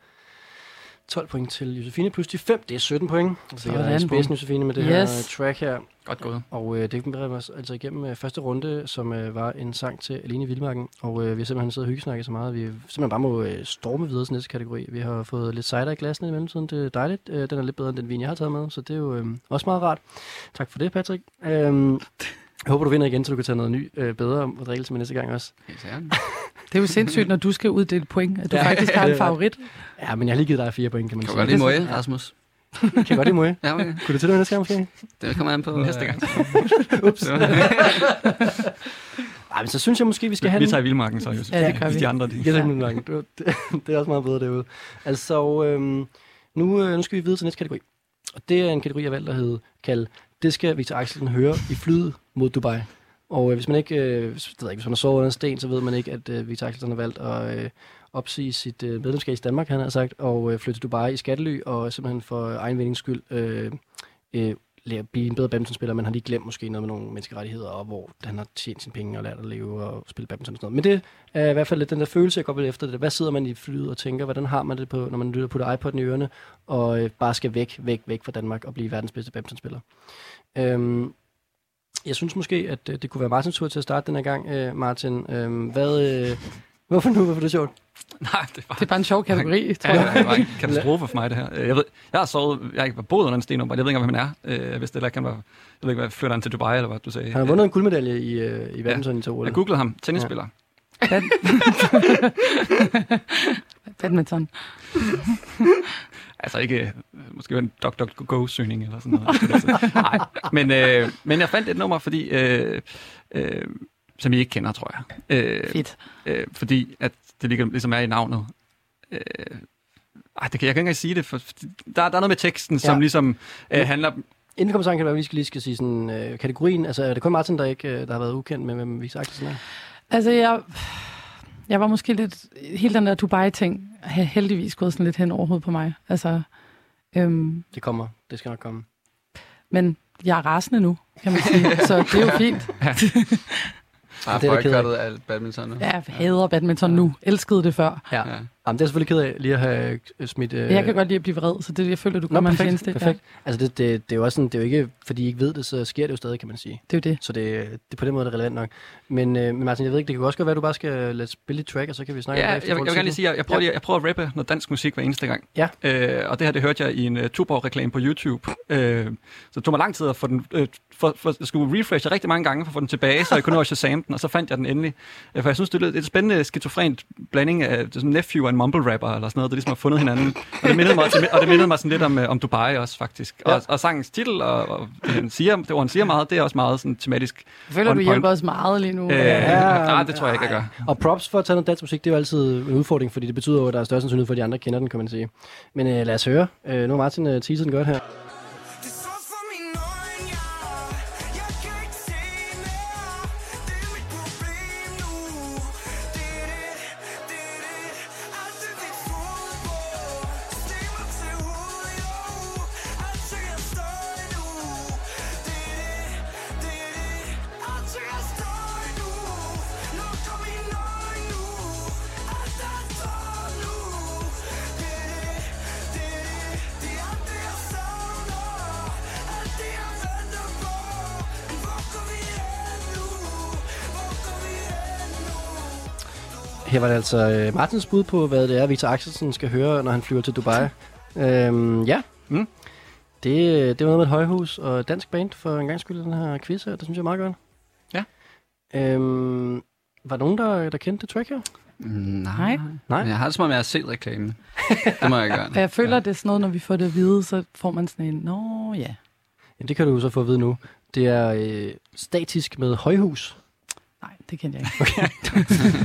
B: 12 point til Josefine, plus de 5, det er 17 point. Så jeg er i
D: Sådan.
B: spidsen, Josefine, med det
D: Yes.
B: her track her.
I: Godt gået.
B: Og øh, det bringer os altså igennem øh, første runde, som øh, var en sang til Alene i Vildmarken. Og øh, vi har simpelthen siddet og hyggesnakket så meget, at vi simpelthen bare må øh, storme videre til næste kategori. Vi har fået lidt cider i glassene i mellemtiden, det er dejligt. Øh, den er lidt bedre end den vin, jeg har taget med, så det er jo øh, også meget rart. Tak for det, Patrick. Øh, jeg håber, du vinder igen, så du kan tage noget ny øh, bedre og drikke til mig næste gang også.
E: Det er jo sindssygt, når du skal uddele point, at du ja, faktisk har en favorit.
B: Ja, men jeg har lige givet dig fire point, kan man
D: Kan
B: sige.
D: du godt lide Moe, Rasmus?
B: Kan jeg godt lide Moe?
D: Ja, okay.
B: Kunne du til det næste gang, måske?
D: Det kommer an på...
I: Næste gang.
B: Ups. [LAUGHS] Ej, men så synes jeg måske, vi skal
I: Vi-
B: have
I: vi
B: den-
I: tager i vildmarken så, Josef. Ja, det gør Hvis vi. de andre, de-
B: Jeg tager i vildmarken. Det, var- det, det er også meget bedre derude. Altså, øhm, nu, øh, nu skal vi videre til næste kategori. Og det er en kategori, jeg valgte at hedde kalde Det skal Victor Axelsen høre i flyet mod Dubai. Og øh, hvis man ikke, øh, hvis- det ved jeg ikke, hvis man har sovet under en sten, så ved man ikke, at øh, Victor Axelsen har valgt at øh, opsige sit øh, medlemskab i Danmark, han har sagt, og øh, flytte til Dubai i skattely, og simpelthen for egen vindings skyld øh, øh, lære, blive en bedre badmintonspiller, men har lige glemt måske noget med nogle menneskerettigheder, og hvor han har tjent sine penge og lært at leve og spille badminton og sådan noget. Men det er i hvert fald lidt den der følelse, jeg går lidt efter det. Hvad sidder man i flyet og tænker, hvordan har man det på, når man lytter på iPod'en i ørerne, og øh, bare skal væk, væk, væk fra Danmark og blive verdens bedste badmintonspiller. Øhm, jeg synes måske, at øh, det kunne være Martins tur til at starte den her gang. Øh, Martin, øh, hvad, øh, [LAUGHS] hvorfor nu? Hvorfor er det sjovt?
I: [LAUGHS] Nej, det var...
E: Det er bare en sjov kategori, tror
I: Ja, ja, det var en
E: jeg.
I: katastrofe for mig, det her. Øh, Jeg, ved, jeg har sovet, jeg har ikke boet under en sten, og jeg ved ikke, engang, hvem han er. Øh, Jeg vidste heller ikke, han var, jeg ved ikke, hvad, flytter han til Dubai, eller hvad du sagde.
B: Han har vundet en guldmedalje i, øh, i badminton i to år.
I: Jeg googlede ham, tennisspiller.
E: Badminton.
I: Altså ikke, øh, måske en DuckDuckGo-søgning eller sådan noget. Nej, men, øh, men jeg fandt et nummer, fordi, øh, øh, som I ikke kender, tror jeg. Øh,
E: Fedt.
I: Øh, fordi at det ligger- ligesom er i navnet. Øh, ej, det kan jeg kan ikke engang sige det, for for der, der er noget med teksten, som
B: Ja.
I: ligesom øh, handler...
B: Inden vi kommer sammen, kan det være, at vi skal lige skal sige sådan, øh, kategorien. Altså, er det kun Martin, der, ikke, øh, der har været ukendt med, hvem Victor Axelsen er?
E: Altså, jeg, jeg var måske lidt... Hele den der Dubai-ting har heldigvis gået sådan lidt hen over hovedet på mig. Altså, øhm,
B: Det kommer. Det skal nok komme.
E: men jeg er rasende nu, kan man sige. Så det er jo fint.
D: Bare
B: Det er jeg ked af.
D: boykottet af badminton nu.
E: Jeg hader badminton nu. Elskede det før.
B: Ja.
D: ja.
B: Jamen, det er jeg selvfølgelig ked af lige at have øh, smidt... Øh,
E: Jeg kan godt lide at blive vred, så det jeg føler, du
B: Nå,
E: kommer en
B: perfekt,
E: fjendeste.
B: perfekt. Altså, det, det, det, er jo også sådan, det er jo ikke, fordi I ikke ved det, så sker det jo stadig, kan man sige.
E: Det er jo det.
B: Så det, det er på den måde er det relevant nok. Men, øh, men Martin, jeg ved ikke, det kan også godt være, at du bare skal lade spille et track, og så kan vi snakke
I: Ja,
B: om det
I: jeg, jeg, vil gerne lige sige, jeg, jeg, prøver, lige, jeg prøver at rappe noget dansk musik hver eneste gang.
B: Ja.
I: Øh, og det her, det hørte jeg i en uh, Tuborg-reklame på YouTube. Øh, så det tog mig lang tid at få den... Øh, for, for, jeg skulle refreshe rigtig mange gange for at få den tilbage, så jeg kunne nå at shazam den, og så fandt jeg den endelig. Øh, for jeg synes, det er et spændende skizofrent blanding af det er sådan nephew og en mumble rapper eller sådan noget, der ligesom har fundet hinanden. Og det mindede mig, og det mindede mig sådan lidt om, øh, om Dubai også, faktisk. Ja. Og, og sangens titel, og, og det, han siger, det ord, han siger meget, det er også meget sådan tematisk.
E: Jeg føler,
I: on
E: du
I: point.
E: hjælper os meget lige nu.
I: Øh,
B: Ja,
I: nej, det tror jeg ikke, jeg gør.
B: Og props for at tage noget dansk musik, det er jo altid en udfordring, fordi det betyder jo, at der er større sandsynlighed for, at de andre kender den, kan man sige. Men øh, lad os høre. Øh, nu har Martin øh, teaset den godt her. Her var det altså øh, Martins bud på, hvad det er, Victor Axelsen skal høre, når han flyver til Dubai. øhm, ja.
I: Mm.
B: Det, øh, det var noget med et højhus og et dansk band for en gang skyld i den her quiz her. Det synes jeg er meget godt.
I: Ja.
B: Øhm, var der nogen, der, der kendte det track her?
D: Nej.
B: Nej.
D: Men jeg har det som om, jeg har set reklamen. Det må jeg gøre.
E: Og jeg føler, det er sådan noget, når vi får det at vide, så får man sådan en, nå ja.
B: Jamen, det kan du jo så få at vide nu. Det er øh, statisk med højhus.
E: Nej, det kendte jeg ikke.
B: Okay.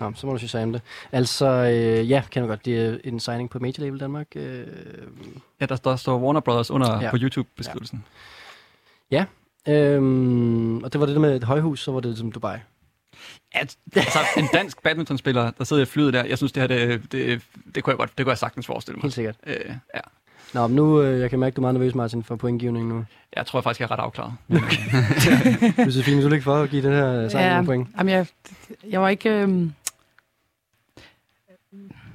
B: Nå, så må du sige det. Altså, øh, ja, kan du godt. Det er en signing på Major Label Danmark. Øh,
I: Ja, der, der står Warner Brothers under
B: Ja.
I: ja. på YouTube-beskrivelsen.
B: ja, øhm, og det var det der med et højhus, så var det som Dubai.
I: Ja. At, altså, en dansk badmintonspiller, der sidder i flyet der, jeg synes, det her, det, det, det kunne jeg godt, det kunne jeg sagtens forestille mig.
B: Helt sikkert.
I: Øh, ja.
B: Nå, men nu, øh, jeg kan mærke, du er meget nervøs, Martin, for pointgivningen
I: [LAUGHS]
B: nu.
I: Jeg tror jeg faktisk, jeg er ret afklaret.
B: Josefine, vil du ikke for at give den her øh, sang ja. nogle point?
E: Jamen, jeg, jeg var ikke... Øhm,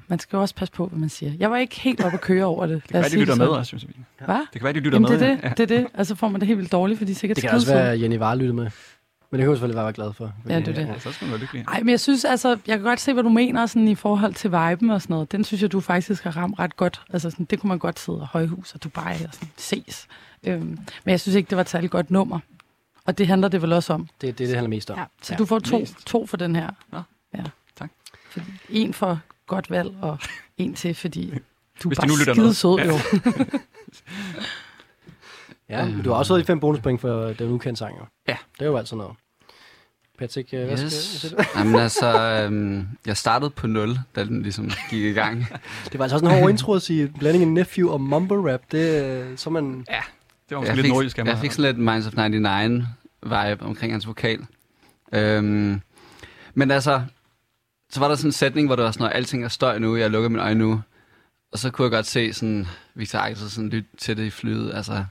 E: man skal jo også passe på, hvad man siger. Jeg var ikke helt oppe at køre over det.
I: Det kan være, de lytter med også, Josefine.
E: Hvad?
I: Det kan være, de lytter
E: Jamen, det
I: med.
E: er det, det er det. Og så får man det helt vildt dårligt, fordi det er sikkert
B: Det kan også
E: skidesødt.
B: være, at Jenny Vare lyttede med. Men det kunne jeg selvfølgelig være glad for. øh,
E: Ja, det er det.
I: Ja, så skal man være lykkelig.
E: Nej, men jeg synes, altså, jeg kan godt se, hvad du mener sådan, i forhold til viben og sådan noget. Den synes jeg, du faktisk har ramt ret godt. Altså, sådan, det kunne man godt sidde og højhus og Dubai og sådan, ses. Øhm, men jeg synes ikke, det var et særligt godt nummer. Og det handler det vel også om.
B: Det er det, det handler mest om.
E: Ja, så ja, du får to, to for den her.
I: Nå,
E: ja.
I: tak.
E: Fordi en for godt valg, og en til, fordi du er
I: Hvis de
E: bare
I: nu lytter
E: skide
I: med.
E: sød,
I: Ja.
E: jo.
B: Ja, men du har også fået de fem bonuspoint for den ukendte sang, jo.
I: Ja.
B: Det er jo altid noget. Patrick, øh, hvad
D: Yes.
B: skal hvad siger du?
D: Jamen altså, øhm, jeg startede på 0, da den ligesom gik i gang.
B: Det var altså også en hård intro at sige blanding af nephew og mumble rap. Det øh, så er man...
I: Ja, det
D: jeg
I: var måske
D: fik,
I: lidt nordisk af mig.
D: Jeg fik sådan lidt Minds of 99 vibe omkring hans vokal. Øhm, men altså, så var der sådan en sætning, hvor der var sådan noget, alting er støj nu, jeg lukker mine øjne nu. Og så kunne jeg godt se sådan, Victor Axel sådan lytte til det i flyet. Altså,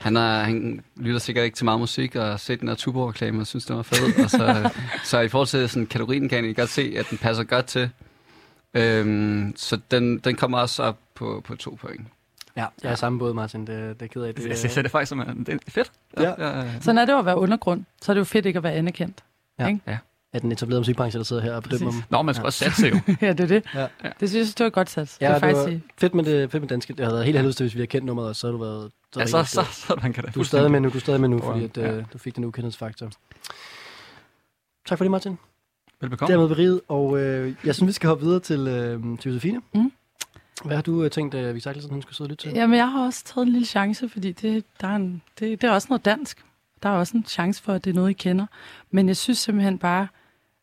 D: han, er, han lytter sikkert ikke til meget musik, og har set den her Tuborg-reklame, og synes, den var fed. og
I: [LAUGHS]
D: så, så i forhold til sådan, kategorien kan jeg godt se, at den passer godt til. Øhm, så den, den kommer også op på, på to point.
B: Ja, jeg er i samme båd, Martin. Det, det er ked af.
I: Jeg ser det faktisk som, en- det er fedt.
B: Ja.
I: ja.
E: Sådan er det jo at være undergrund. Så er det jo fedt ikke at være
I: [LAUGHS]
E: anerkendt.
B: At den etablerede musikbranche, der sidder her og bedømmer dem.
I: Nå, man skal også satse jo.
E: ja, det er det.
B: Ja.
E: Det synes jeg, det var et godt sats.
B: Ja, det
E: vil jeg faktisk
B: var
E: sige.
B: fedt med det, fedt med danske. Det havde været helt heldigt, hvis vi havde kendt nummeret, og så har du været...
I: Ja,
B: havde
I: så,
B: du
I: så,
B: været-
I: så man kan da
B: Altså, Du er stadig med
I: fuldstændig-
B: nu, du er stadig med nu, fordi at,
I: Fuldstændig,
B: øh, du fik den ukendhedsfaktor. Tak for det, Martin.
I: Velbekomme.
B: Dermed beriget, og øh, jeg synes, vi skal hoppe videre til, øh, til Josefine.
E: Mm.
B: Hvad har du øh, tænkt, at øh, Victor Axelsen, han skulle sidde og lytte til?
E: Jamen, jeg har også taget en lille chance, fordi det, der er en, det, det er også noget dansk. Der er også en chance for, at det er noget, I kender. Men jeg synes simpelthen bare,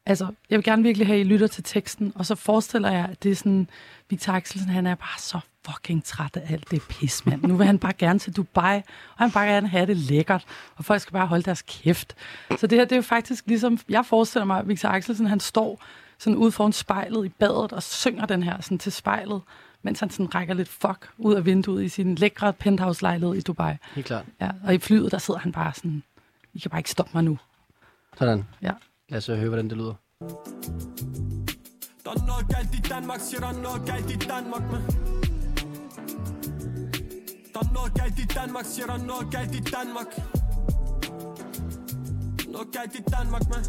E: altså, jeg vil gerne virkelig have, at I lytter til teksten, og så forestiller jeg, at det er sådan, Victor Axelsen, han er bare så fucking træt af alt det pis, mand. Nu vil han bare gerne til Dubai, og han vil bare gerne have det lækkert, og folk skal bare holde deres kæft. Så det her, det er jo faktisk ligesom, jeg forestiller mig, at Victor Axelsen, han står sådan ude foran spejlet i badet og synger den her sådan til spejlet, mens han sådan rækker lidt fuck ud af vinduet i sin lækre penthouse-lejlighed i Dubai.
B: Helt klart.
E: Ja, og i flyet, der sidder han bare sådan, I kan bare ikke stoppe mig nu.
B: Sådan.
E: Ja.
B: Lad os øh, høre, hvordan det lyder.
L: Der er noget galt i Danmark, siger der er noget galt i Danmark, men Der er noget galt i Danmark, siger der er noget galt i Danmark Noget galt i Danmark, men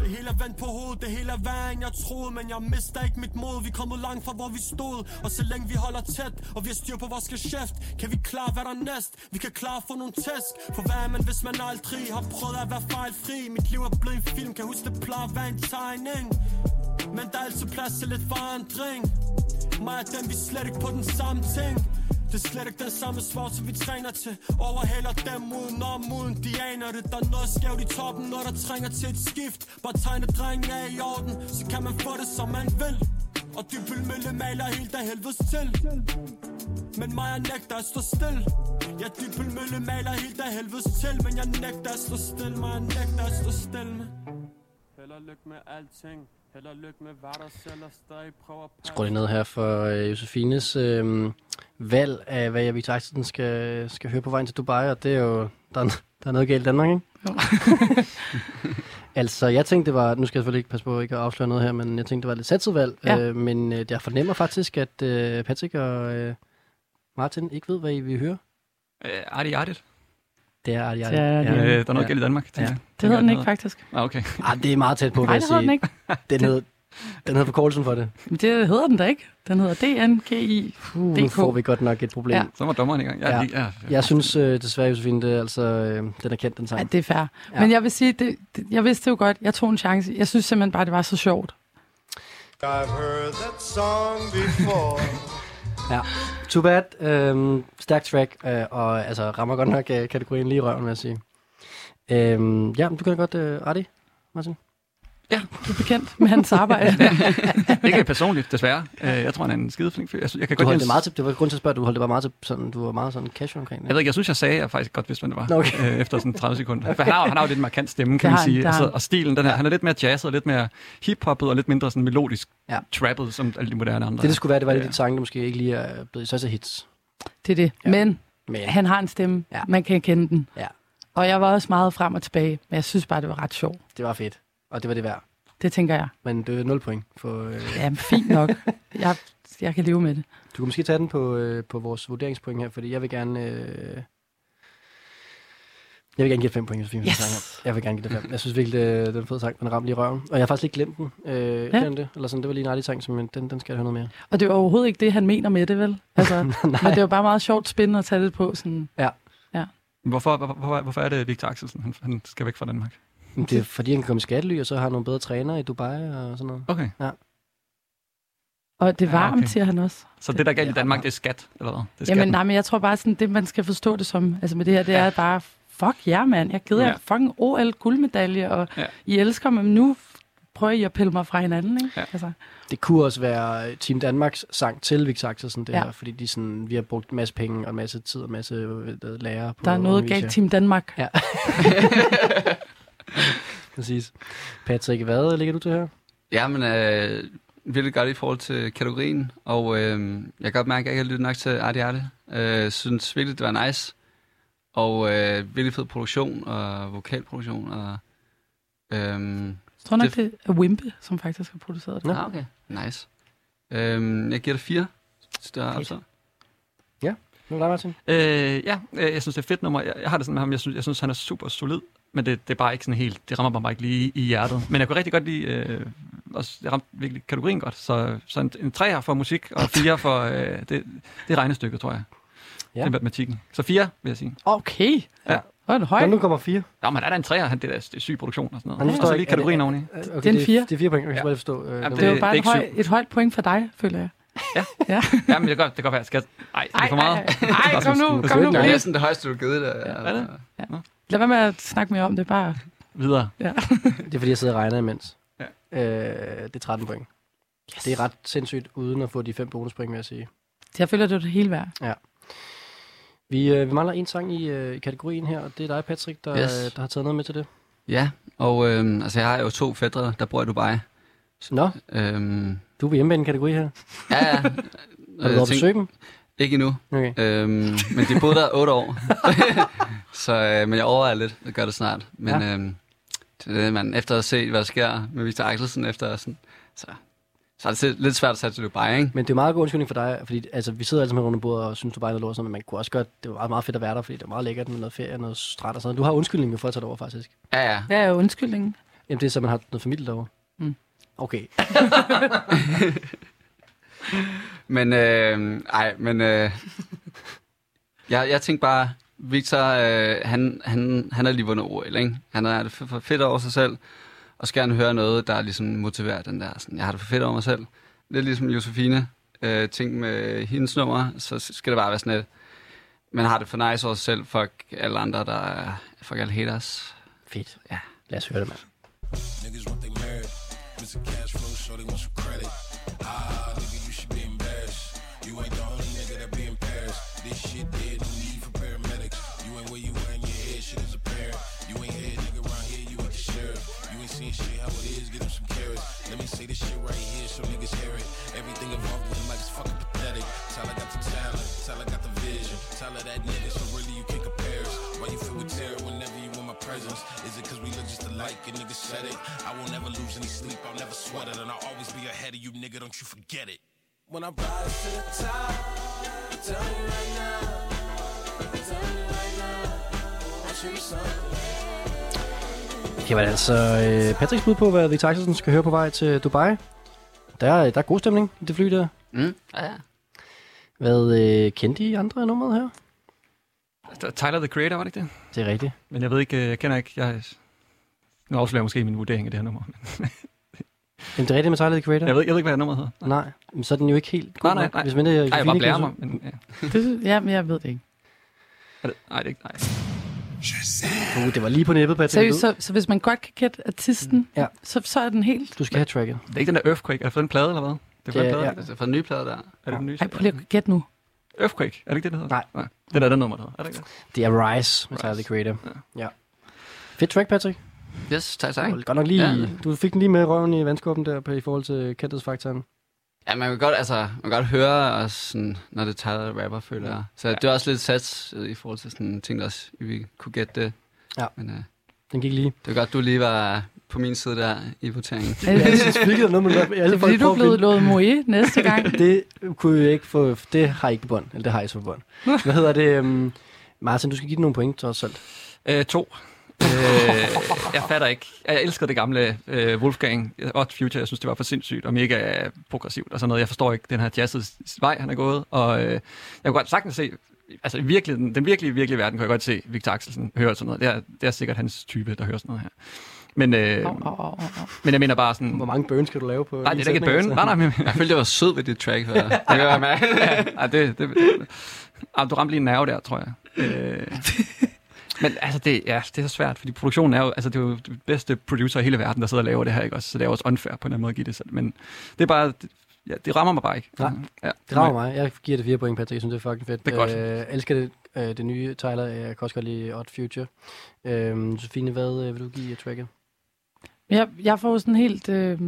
L: Det hele er vendt på hovedet, det hele er værre end jeg troede Men jeg mister ikke mit mod, vi er kommet langt fra hvor vi stod Og så længe vi holder tæt, og vi har styr på vores geschæft Kan vi klare hvad der er næst, vi kan klare for nogle tæsk For hvad er man hvis man aldrig har prøvet at være fejlfri Mit liv er blevet en film, kan huske det plejer at være en tegning Men der er altid plads til lidt forandring Mig og dem vi er slet ikke på den samme ting det er slet ikke den samme sport, som vi træner til Overhælder dem udenom, uden de aner det Der er noget skævt i toppen, når der trænger til et skift Bare tegne drengen af i orden, så kan man få det som man vil Og de vildmølle maler helt af helvedes til Men mig jeg nægter at stå still Ja, dybelmølle maler helt af helvedes til Men jeg nægter at stå still, mig jeg nægter at stå still med Held og lykke med alting Held og lykke med hvad der sælger stadig prøver at
B: Skru lige ned her for øh, Josefines øh, valg af, hvad jeg Victor Axelsen skal, skal høre på vejen til Dubai, og det er jo, der er, der er noget galt i Danmark, ikke?
E: Jo.
B: [LAUGHS] altså, jeg tænkte, det var, nu skal jeg selvfølgelig ikke passe på ikke at afsløre noget her, men jeg tænkte, det var lidt satset valg,
E: Ja.
B: øh, men øh, jeg fornemmer faktisk, at øh, Patrick og øh, Martin ikke ved, hvad I vil høre.
I: Øh, Arti Artit.
B: Det er Arti Arti.
E: Det er Arti
I: Øh,
E: Arti.
I: der er noget galt i Danmark.
B: Ja.
I: tænker jeg.
E: Det hedder den
I: Tænker
E: ikke
I: jeg,
E: faktisk.
I: noget- Ah, okay.
B: Ah, det er meget tæt på,
E: Nej,
B: vil
E: det
B: jeg
E: hedder den
B: sige.
E: ikke.
B: Den hed, den hed forkortelsen for det.
E: Men det hedder den da ikke. Den hedder DNGI.
B: Uh, nu
E: DK.
B: får vi godt nok et problem.
E: Ja.
I: Så var dommeren i gang.
B: Ja.
I: Ja, lige- ja.
B: Jeg synes øh, desværre, Josefine, det er altså, øh, den er kendt, den
E: Ej,
B: sang.
E: det er fair.
B: Ja.
E: Ja. Men jeg vil sige, det, det, jeg vidste jo godt, jeg tog en chance. Jeg synes simpelthen bare, det var så sjovt.
F: I've heard that song before.
B: Too bad. Øhm, stærk track, øh, og altså rammer godt nok øh, kategorien lige i røven, vil jeg sige. Øhm, ja, men du kan da godt øh, rette i, Martin.
E: Ja. Du er bekendt med hans arbejde.
I: Ikke personligt, desværre. Øh, Jeg tror, han er en skideflink fyr. Jeg, synes- jeg kan
B: Du
I: godt
B: holdt
I: lide
B: det
I: hans-
B: meget til, det var grund til at spørge, du holdt det bare meget til, sådan, du var meget sådan casual omkring det.
I: Jeg ved ikke, jeg synes, jeg sagde, at jeg faktisk godt vidste, hvem det var,
B: Nå, okay.
I: øh, efter sådan 30 sekunder. For han har, jo- han har jo lidt en markant stemme,
B: Det
I: kan man
B: har han, det
I: sige.
B: har
I: Altså,
B: han.
I: og stilen, den her, han er lidt mere jazzet, og lidt mere hiphoppet, og lidt mindre sådan melodisk
B: ja.
I: trappet, som alle de moderne andre.
B: Det,
I: er.
B: det skulle være, det var ja. de sange, der måske ikke lige er blevet så så hits.
E: Det er det. Ja. Men,
B: Men.
E: Men han har en stemme. Ja. Man kan kende den.
B: Ja.
E: Og jeg var også meget frem og tilbage, men jeg synes bare, det var ret sjovt.
B: Det var fedt, og det var det værd.
E: Det tænker jeg.
B: Men det er 0 point. For, øh...
E: Jamen, fint nok. jeg, jeg kan leve med det.
B: Du kan måske tage den på, øh, på vores vurderingspoint her, fordi jeg vil gerne... Øh... Jeg vil gerne give det 5 point, Josefine. Yes. Sang her. Jeg vil gerne give det 5. Jeg synes virkelig, det, det er en fed sang. Den ramte lige i røven. Og jeg har faktisk lige glemt den. Øh, ja. den det? Eller sådan, det var lige en artig sang, som den, den skal jeg høre noget mere.
E: Og det er overhovedet ikke det, han mener med det, vel? Altså, men det er jo bare meget sjovt spændende at tage det på. Sådan.
B: Ja.
E: ja.
I: Hvorfor, hvor, hvor, hvorfor er det Victor Axelsen? Han, han skal væk fra Danmark.
B: Men Det er fordi, han kan komme i skattely, og så har han nogle bedre trænere i Dubai og sådan noget.
I: Okay.
B: Ja.
E: Og det er
I: Ja,
E: varmt, ja,
I: okay.
E: okay. siger han også.
I: Så det, der er galt i Danmark, det er skat, eller hvad? Det er
E: Jamen,
I: skatten.
E: nej, men jeg tror bare, sådan, det man skal forstå det som, altså med det her, det er bare, fuck jer, mand. Jeg gider
I: Ja.
E: jer fucking OL-guldmedalje, og
I: Ja.
E: ja. I elsker mig, men nu prøver I at pille mig fra hinanden, ikke?
I: Ja.
E: Altså,
B: Det kunne også være øh, Team Danmarks sang til Victor Axelsen, det ja.
E: Ja.
B: her, fordi de sådan, vi har brugt en masse penge og en masse tid og en masse øh, lærere på
E: der er
B: at
E: noget
B: undervise
E: galt
B: jer.
E: Team Danmark.
B: Ja. Præcis. Patrick, hvad ligger du til her?
D: Ja, men øh, virkelig godt i forhold til kategorien, og øh, jeg kan godt mærke, at jeg ikke har lyttet nok til Arti Arte. Øh, synes virkelig, det var nice, og øh, virkelig fed produktion og vokalproduktion. Og, øh,
E: Jeg tror nok, det er Wimpe, som faktisk har produceret det.
D: Ah, okay. Nice. Øhm, jeg giver det fire. Så det er altså.
B: Ja, nu er dig, Martin.
I: Øh, ja, øh, jeg synes, det er et fedt nummer. Jeg, jeg har det sådan med ham, jeg synes, jeg synes han er super solid, men det, det er bare ikke sådan helt, det rammer mig bare ikke lige i hjertet. Men jeg kunne rigtig godt lide, øh, også, jeg ramte virkelig kategorien godt, så, så en, en træer for musik, og fire for, øh, det, det er regnestykket, tror jeg.
B: Ja.
I: Ja. Det er matematikken. Så fire, vil jeg sige.
E: Okay.
I: Ja.
E: Hvor er den høj.
B: Nå, nu kommer fire.
I: Nå, men der er da en træer, han, det, er, da- det er syg produktion og sådan
B: Og nu
I: noget. Og
B: forstår
I: så
B: jeg
I: lige
B: ikke, er det-
I: kategorien oveni.
B: Øh, Okay,
E: Det er en fire.
B: Det er fire point, jeg kan bare forstå. Øh,
I: Jamen,
E: Det er jo
I: det-
E: bare
I: det er
E: det
I: ikke
E: er høj, et højt point for dig, føler jeg. Ja.
I: Ja, men det kan godt- det kan godt være, jeg skal... Ej, det er for
E: [LAUGHS]
I: meget.
E: Ej, kom nu, kom nu.
D: Det er
E: Ole.
D: næsten det højeste, du har givet øh, det. Ja,
I: er det?
E: Ja. Lad være med at snakke mere om det, bare.
I: Videre.
E: Ja.
B: det er fordi, jeg sidder og regner imens.
I: Ja.
B: Øh, det er 13 point. Yes. Det er ret sindssygt, uden at få de fem bonuspoint, vil jeg sige.
E: Jeg føler, det er det hele værd.
B: Ja. Vi, øh, vi mangler en sang i, øh, i kategorien her, og det er dig, Patrick, der,
D: Yes.
B: yes. der har taget noget med til det.
D: Ja, og øhm, altså, jeg har jo to fædre, der bor i Dubai. Så,
B: Nå.
D: Øhm,
B: Du er hjemme i en kategori her.
D: ja, ja. Har Øh,
B: Har du været på besøg dem?
D: Ikke endnu.
B: Okay.
D: Øhm, men de boede der otte år. [LAUGHS] så, øh, men jeg overvejer lidt at gøre det snart. Men
B: Ja.
D: ja. øhm, det er det, man, efter at se, hvad der sker med Victor Axelsen, efter sådan, så, så er det lidt svært at tage til Dubai, ikke?
B: Men det er meget god undskyldning for dig, fordi altså, vi sidder alle sammen rundt om bordet og synes, du bare er noget lort, og sådan noget, men man kunne også godt, det var meget, meget fedt at være der, fordi det var meget lækkert med noget ferie og noget stræt og sådan noget. Du har undskyldningen for at tage det over, faktisk.
D: Ja, ja.
E: Hvad er undskyldningen?
B: Jamen det er så, man har noget familie derovre.
E: Mm.
B: Okay.
D: Men, øh, ej, men, øh, jeg, jeg tænkte bare, Victor, øh, han, han, han er lige vundet OL, ikke? Han er det for, for fedt over sig selv, og skal gerne høre noget, der ligesom motiverer den der, sådan, jeg har det for fedt over mig selv. Lidt ligesom Josefine, øh, ting med hendes nummer, så skal det bare være sådan lidt, man har det for nice over sig selv, fuck alle andre, der er, fuck alle haters.
B: Fedt. Ja. Lad os høre det, mand.
L: Niggas want they merit. Mr. Cash Flow, so they want some credit. Ah, nigga, you should be embarrassed. You ain't the only nigga that be in Paris. This shit dead, no need for paramedics. You ain't where you at in your head, shit is apparent. You ain't here, nigga, round here, you ain't the sheriff. You ain't seen shit how it is, get him some carrots. Let me say this shit right here so niggas hear it. Everything involved with him like it's fucking pathetic. Tyler got the talent, Tyler got the vision. Tyler that nigga, so really you can't compare us. Why you feel with terror whenever you in my presence? Is it cause we look just alike and nigga said it? I will never lose any sleep, I'll never sweat it, and I'll always be ahead of you, nigga, don't you forget it. When I rise to the top, I'm telling you right now, I'm telling you right now, I'll show you something.
B: Jamen altså, øh, Patricks bud på, hvad Victor Axelsen skal høre på vej til Dubai. Der, er- der er god stemning i det fly der.
D: Mm. Ja, ja.
B: Hvad øh, kendte I andre af nummeret her?
I: Tyler, the creator, var det ikke det?
B: Det er rigtigt.
I: Men jeg ved ikke, øh, jeg kender ikke, jeg... Nu afslører jeg måske min vurdering af det her nummer.
B: Jamen, det er rigtigt med Tyler, the Creator.
I: Jeg ved, jeg ved ikke, hvad nummeret hedder.
B: Nej, men så er den jo ikke helt god
I: Nej, nej,
B: nok,
I: nej.
B: Hvis man øh, det,
I: Ej, jeg bare
B: Josefine kan
I: blærer
B: jo så-
I: mig, men, ja.
E: Det, ja, men jeg ved det ikke.
I: Er det, nej, det er ikke... Nej.
B: Uh, det var lige på nippet, Patrick.
E: Seriøst,
B: Du-
E: så, så hvis man godt kan kende artisten,
B: ja.
E: så, så er den helt...
B: Du skal have tracket.
I: Det er ikke den der Earthquake. Er det fra den plade, eller hvad? Det er fra
B: Det-
I: den plade.
B: ja.
I: ikke?
D: Altså, fra den nye plade der.
I: Er det den nye?
E: Ej, prøv lige at gætte nu.
I: Earthquake. Er det ikke det, den hedder?
B: Nej.
I: Nej. Det er der nummer, der hedder. Er det ikke det?
B: Det er Rise, med Tyler, the Creator. Ja. Fedt track, Patrick.
D: Yes, tak, tak.
B: Det var Godt nok lige,
D: Ja.
B: ja. du fik den lige med røven i vandskorben der på, i forhold til kendthedsfaktoren.
D: Ja, man kan godt, altså, man kan godt høre, og sådan, når det tager rapper, føler jeg. Så det er også lidt sats øh, i forhold til sådan ting, der også, vi kunne gætte det.
B: Ja.
D: Men, øh,
B: Den gik lige.
D: det var godt, du lige var på min side der i voteringen.
B: Ja, jeg
E: [LAUGHS]
B: synes virkelig, der er noget, man gør.
E: Det er fordi, du er blevet lovet moe
B: [LAUGHS]
E: næste gang.
B: det kunne jeg ikke få, det har jeg ikke på bånd, eller det har jeg så på bånd. Hvad hedder det? øhm, Martin, du skal give den nogle point trods alt.
I: Øh, to. øh, jeg fatter ikke. Jeg elskede det gamle øh, Wolfgang og Future. Jeg synes, det var for sindssygt og mega progressivt og sådan noget. Jeg forstår ikke den her jazzets vej, han er gået. Og øh, jeg kunne godt sagtens se, altså i virkeligheden, den virkelige, virkelige verden, kunne jeg godt se Victor Axelsen høre sådan noget. Det er, det er sikkert hans type, der hører sådan noget her. Men, øh, men jeg mener bare sådan...
B: Hvor mange burns skal du lave på
I: Nej, det er
B: en
I: da ikke et
B: sætning,
I: burn.
B: altså?
I: Nej, nej, men...
D: Jeg følte, det var sød ved dit track, [LAUGHS] for det kan
I: [LAUGHS]
D: jeg mærke.
I: ja, det, det, Ah, du ramte lige en nerve der, tror jeg. Øh, men altså, det, ja, det er så svært, fordi produktionen er jo, altså, det er jo de bedste producer i hele verden, der sidder og laver det her, ikke? Også, så det er jo også unfair på en eller anden måde at give det selv. Men det er bare, det, ja, det rammer mig bare ikke.
B: Nej,
I: ja,
B: Det rager mig. Jeg giver det fire point, Patrick. Jeg synes, det er fucking fedt.
I: Det er godt.
B: Jeg øh, elsker det, øh, det nye Tyler. Jeg kan også godt lide Odd Future. Øh, Sofine, hvad øh, vil du give tracket?
E: Jeg, jeg får jo sådan helt... Øh,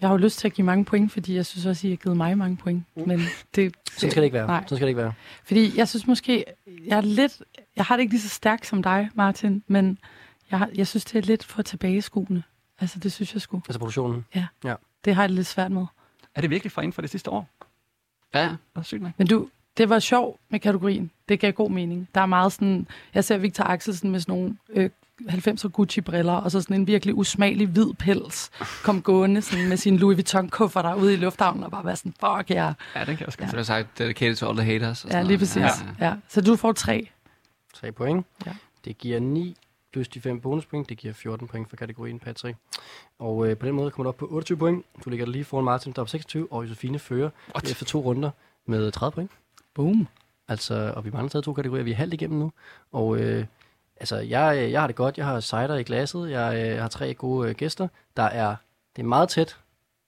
E: jeg har jo lyst til at give mange point, fordi jeg synes også, I har givet mig mange point. Men det,
B: Uh. [LAUGHS] Sådan skal det ikke være.
E: Nej.
B: Sådan skal det ikke være.
E: Fordi jeg synes måske, jeg er lidt... Jeg har det ikke lige så stærkt som dig, Martin, men jeg, har- jeg synes, det er lidt for tilbageskuende. Altså, det synes jeg sgu.
B: Altså produktionen.
E: Ja.
B: ja.
E: Det har jeg det lidt svært med.
I: Er det virkelig fra inden for det sidste år?
D: Ja.
I: Det er sygt nok.
E: Men du, det var sjov med kategorien. Det gav god mening. Der er meget sådan... Jeg ser Victor Axelsen med sådan nogle... Øh, 90'er Gucci-briller, og så sådan en virkelig usmagelig hvid pels, kom gående sådan med sin Louis Vuitton-kufferter ude i lufthavnen, og bare være sådan, fuck ja. Yeah.
I: Ja, den kan jeg også
D: godt. Så du har sagt, dedicated to all the haters. og
E: Ja,
D: sådan
E: lige
D: noget.
E: præcis. Ja, ja. Ja. Så du får tre.
B: Tre point.
E: Ja.
B: Det giver 9 plus de 5 bonuspoint. Det giver 14 point for kategorien, Patrick. Og øh, på den måde kommer du op på 28 point. Du ligger lige foran Martin, der er på 26, og Josefine fører What? efter to runder med 30 point.
E: Boom.
B: Altså, og vi mangler stadig to kategorier. Vi er halvt igennem nu. Og øh, altså, jeg, øh, jeg har det godt. Jeg har cider i glasset. Jeg øh, har tre gode øh, gæster. Der er, det er meget tæt.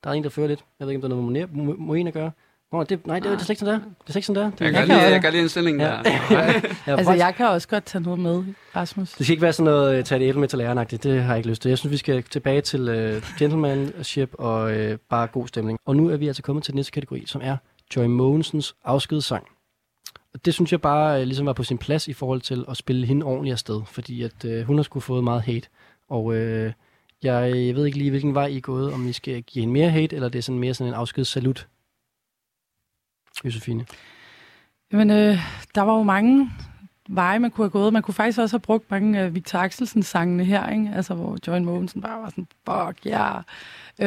B: Der er en, der fører lidt. Jeg ved ikke, om der er noget med Mo- Mo- Moen at gøre. Nå, det, nej, det, er- det er slet ikke sådan der. Det er slet ikke sådan der. Det
D: Jeg
B: er-
D: gør lige, jeg gør lige indstillingen
B: Ja.
D: der.
B: Ja,
E: altså,
B: faktisk-
E: jeg kan også godt tage noget med, Rasmus.
B: Det skal ikke være sådan noget, øh, tage det æble med til læreren Det har jeg ikke lyst til. Jeg synes, vi skal tilbage til øh, gentlemanship og øh, bare god stemning. Og nu er vi altså kommet til den næste kategori, som er Joy Mogensens afskedssang. Og det synes jeg bare øh, ligesom var på sin plads i forhold til at spille hende ordentligt afsted, fordi at øh, hun har skulle fået meget hate. Og øh, jeg ved ikke lige, hvilken vej I er gået, om I skal give hende mere hate, eller det er sådan mere sådan en afskedssalut. Josefine.
E: Jamen, øh, der var jo mange veje, man kunne have gået. Man kunne faktisk også have brugt mange af Victor Axelsen-sangene her, ikke? Altså, hvor Joan Mogensen bare var sådan, fuck ja. Yeah.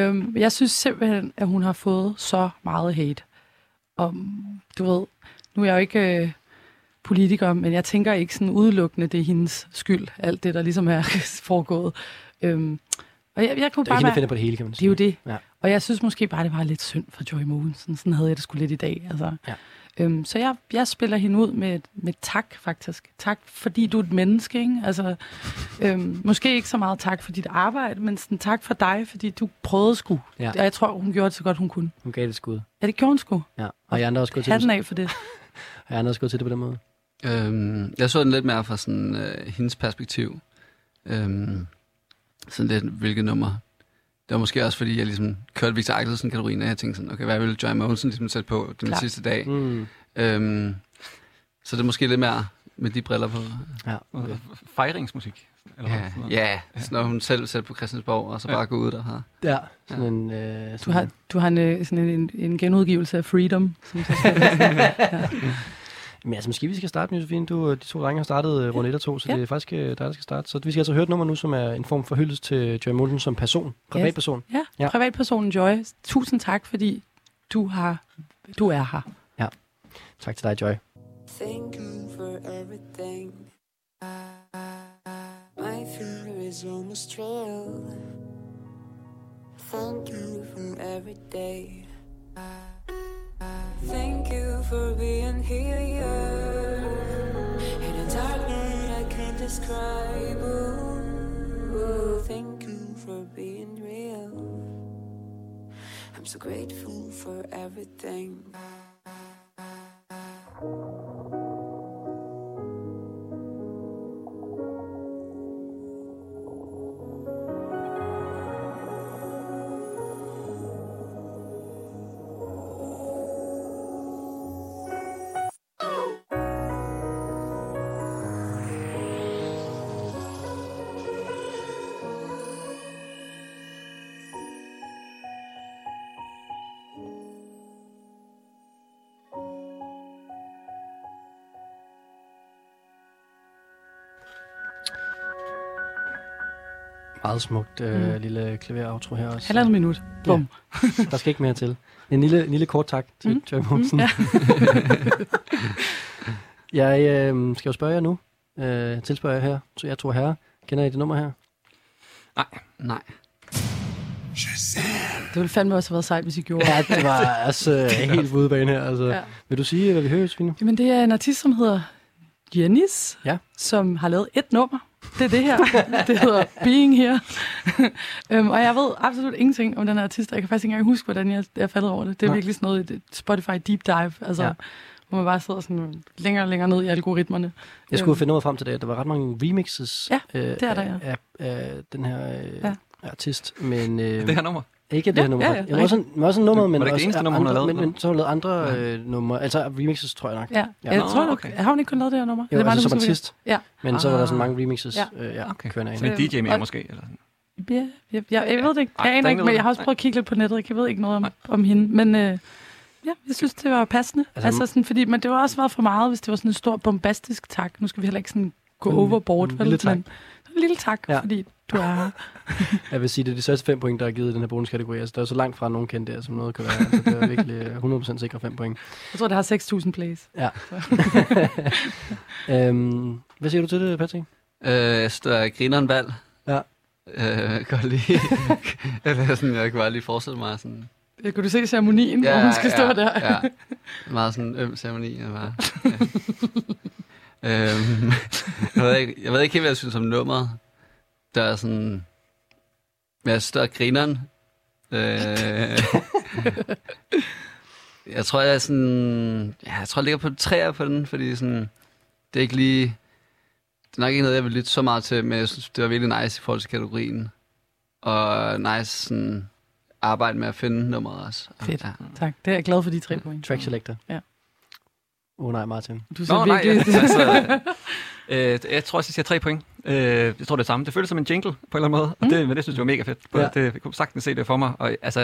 E: Øhm, jeg synes simpelthen, at hun har fået så meget hate. Og du ved, nu er jeg jo ikke øh, politiker, men jeg tænker ikke sådan udelukkende, det er hendes skyld, alt det, der ligesom er [LAUGHS] foregået. Øhm, og jeg, jeg kunne
B: Det er ikke
E: bare
B: hende, der
E: mær-
B: finder på det hele, kan man
E: Det er jo det.
B: Ja.
E: Og jeg synes måske bare, det var lidt synd for Joy Mogensen. Sådan havde jeg det skulle lidt i dag. Altså.
B: Ja.
E: Øhm, så jeg, jeg spiller hende ud med, et- med et tak, faktisk. Tak, fordi du er et menneske. Ikke? Altså, øhm, måske ikke så meget tak for dit arbejde, men sådan, tak for dig, fordi du prøvede sgu.
B: Ja.
E: Og jeg tror, hun gjorde det så godt, hun kunne.
B: Hun gav det et skud.
E: Ja, det gjorde hun sgu.
B: Ja. Har I andre også gået til
E: Hatten
B: det?
E: af for det.
B: Har I andre også gået til det på den måde?
D: Øhm, jeg så den lidt mere fra sådan, øh, hendes perspektiv. Øhm, sådan lidt, hvilket nummer. Det var måske også, fordi jeg ligesom kørte Victor Axelsen-kategorien, og jeg tænkte sådan, okay, hvad ville Joy Mogensen ligesom sætte på den
B: Klart.
D: sidste dag?
B: Mm.
D: Øhm, så det er måske lidt mere med de briller på.
B: Ja,
I: okay. Fejringsmusik. Eller
D: Ja,
I: hvad?
D: ja, sådan når hun selv sætter på Christiansborg, og så
I: Ja.
D: bare går ud derfra.
B: Ja, sådan en... Øh,
E: Du
B: sådan
E: har, du har en, øh, sådan en, en genudgivelse af Freedom. Som så skal ja.
B: Men altså, måske vi skal starte med, Josefine. Du, øh, de to drenge har startet øh, runde 1 og 2, så ja. det er faktisk øh, dig, der skal starte. Så vi skal altså høre et nummer nu, som er en form for hyldest til Joy Mulden som person. Privatperson.
E: Ja, ja, privatpersonen Joy. Tusind tak, fordi du, har, du er her.
B: Ja. Tak til dig, Joy.
M: Thinking for everything. My finger is almost trail. Thank you for every day. Thank you for being here. In the dark night, I can't describe. Ooh, ooh, thank you for being real. I'm so grateful for everything.
B: Meget smukt øh,
E: Mm.
B: mm. lille klaverautro her også.
E: Halvandet minut. Bum.
B: Ja. Der skal ikke mere til. En lille, en lille kort tak til
E: Mm.
B: mm. Joy Mogensen.
E: Mm,
B: Mm. Ja. [LAUGHS] jeg øh, skal jo spørge jer nu. Øh, tilspørger jeg her. Så jeg tror herre. Kender I det nummer her?
I: Nej.
D: Nej.
E: Det ville fandme også have været sejt, hvis I gjorde
B: Ja, [LAUGHS] det var altså helt på udebane her. Altså.
E: Ja.
B: Ja. Vil du sige, hvad vi hører, Josefine?
E: Jamen, det er en artist, som hedder Jennis,
B: ja.
E: som har lavet et nummer. Det er det her. [LAUGHS] det hedder Being Here. [LAUGHS] øhm, og jeg ved absolut ingenting om den her artist, og jeg kan faktisk ikke engang huske, hvordan jeg, jeg faldet over det. Det er
B: Nej.
E: virkelig sådan noget et Spotify deep dive, altså,
B: Ja.
E: ja. hvor man bare sidder sådan længere og længere ned i algoritmerne.
B: Jeg skulle
E: Øhm,
B: finde noget frem til det. Der var ret mange remixes
E: Ja,
B: øh,
E: det er der, ja.
B: af, af, af den her øh,
E: Ja.
B: ja. artist. Men, øh,
I: Det her nummer?
B: Ikke det
I: Ja,
B: her nummer.
I: ja,
B: Ja,
I: ja,
B: ja,
I: rigtigt.
B: ja. Også, en- også nummeret, men
I: Var det ikke det
B: også
I: eneste nummer, hun har
B: andre,
I: lavet?
B: Men, men så har hun lavet andre øh, numre. Altså remixes, tror jeg nok.
E: Ja, ja. jeg tror, okay. har hun ikke kun lavet det her nummer?
B: Jo,
E: Eller var
B: altså
E: det
B: som
E: måske-
B: artist.
E: Ja. Ah.
B: Men så var der sådan mange remixes, øh, ja,
E: okay.
B: kørende af.
I: Sådan en
E: Så-
I: DJ mere
E: og-
I: måske? Eller sådan.
E: Ja, jeg, jeg, jeg ved det ikke.
I: Ej,
E: Jeg aner
I: der
E: ikke,
I: ved
E: men
I: du.
E: jeg har også prøvet at kigge lidt på nettet. Jeg ved ikke noget om, om hende. Men øh, ja, jeg synes, det var passende.
B: Altså,
E: Altså, altså sådan, fordi, men det var også været for meget, hvis det var sådan en stor bombastisk tak. Nu skal vi heller ikke sådan gå
B: En-
E: overboard.
B: en
E: vel?
B: lille tak.
E: Men, en lille tak, ja.
B: Ja.
E: fordi du er
I: [LAUGHS]
E: her.
B: Jeg vil sige, det er de største fem point, der er givet i den her bonuskategori. Altså, der er jo så langt fra at nogen kendte der, som noget kan være. Altså, det er virkelig øh, 100% sikre fem
E: [LAUGHS]
B: point.
E: Jeg tror, det har 6.000 plays.
B: Ja.
E: Så.
B: øhm, hvad siger du til det, Patrick?
D: Øh, jeg synes, der er grineren valg.
B: Ja.
D: Øh, jeg kan godt lige... Eller sådan, [LAUGHS] jeg kan bare lige forestille mig sådan...
E: Ja, Kunne Øh, du se ceremonien, ja, hvor hun skal
D: ja,
E: stå der? [LAUGHS]
D: Ja. Meget sådan en øm ceremoni. Og bare, ja. [LAUGHS] øhm, jeg, ved ikke, jeg ved ikke helt, hvad jeg synes om nummeret. Der er sådan... Men jeg synes, der er grineren. Øh, [LAUGHS] jeg tror, jeg er sådan... Ja, jeg tror, jeg ligger på træer på den, fordi sådan... Det er ikke lige... Det er nok ikke noget, jeg vil lytte så meget til, men jeg synes, det var virkelig nice i forhold til kategorien. Og nice sådan, arbejde med at finde nummeret også.
E: Fedt. Tak. Det er jeg glad for, de tre point.
B: Track selector.
E: Mm. Ja.
B: Åh oh, nej, Martin.
E: Du
I: Nå,
E: ser
I: nej,
E: virkelig... [LAUGHS]
I: ja, altså,
B: [LAUGHS]
I: øh, jeg tror, jeg siger tre point. Øh, jeg tror, det er samme. Det føles som en jingle på en eller anden måde, og det, men det synes jeg var mega fedt. Ja.
B: Mm. Ja.
I: Det, jeg kunne sagtens se det for mig, og altså,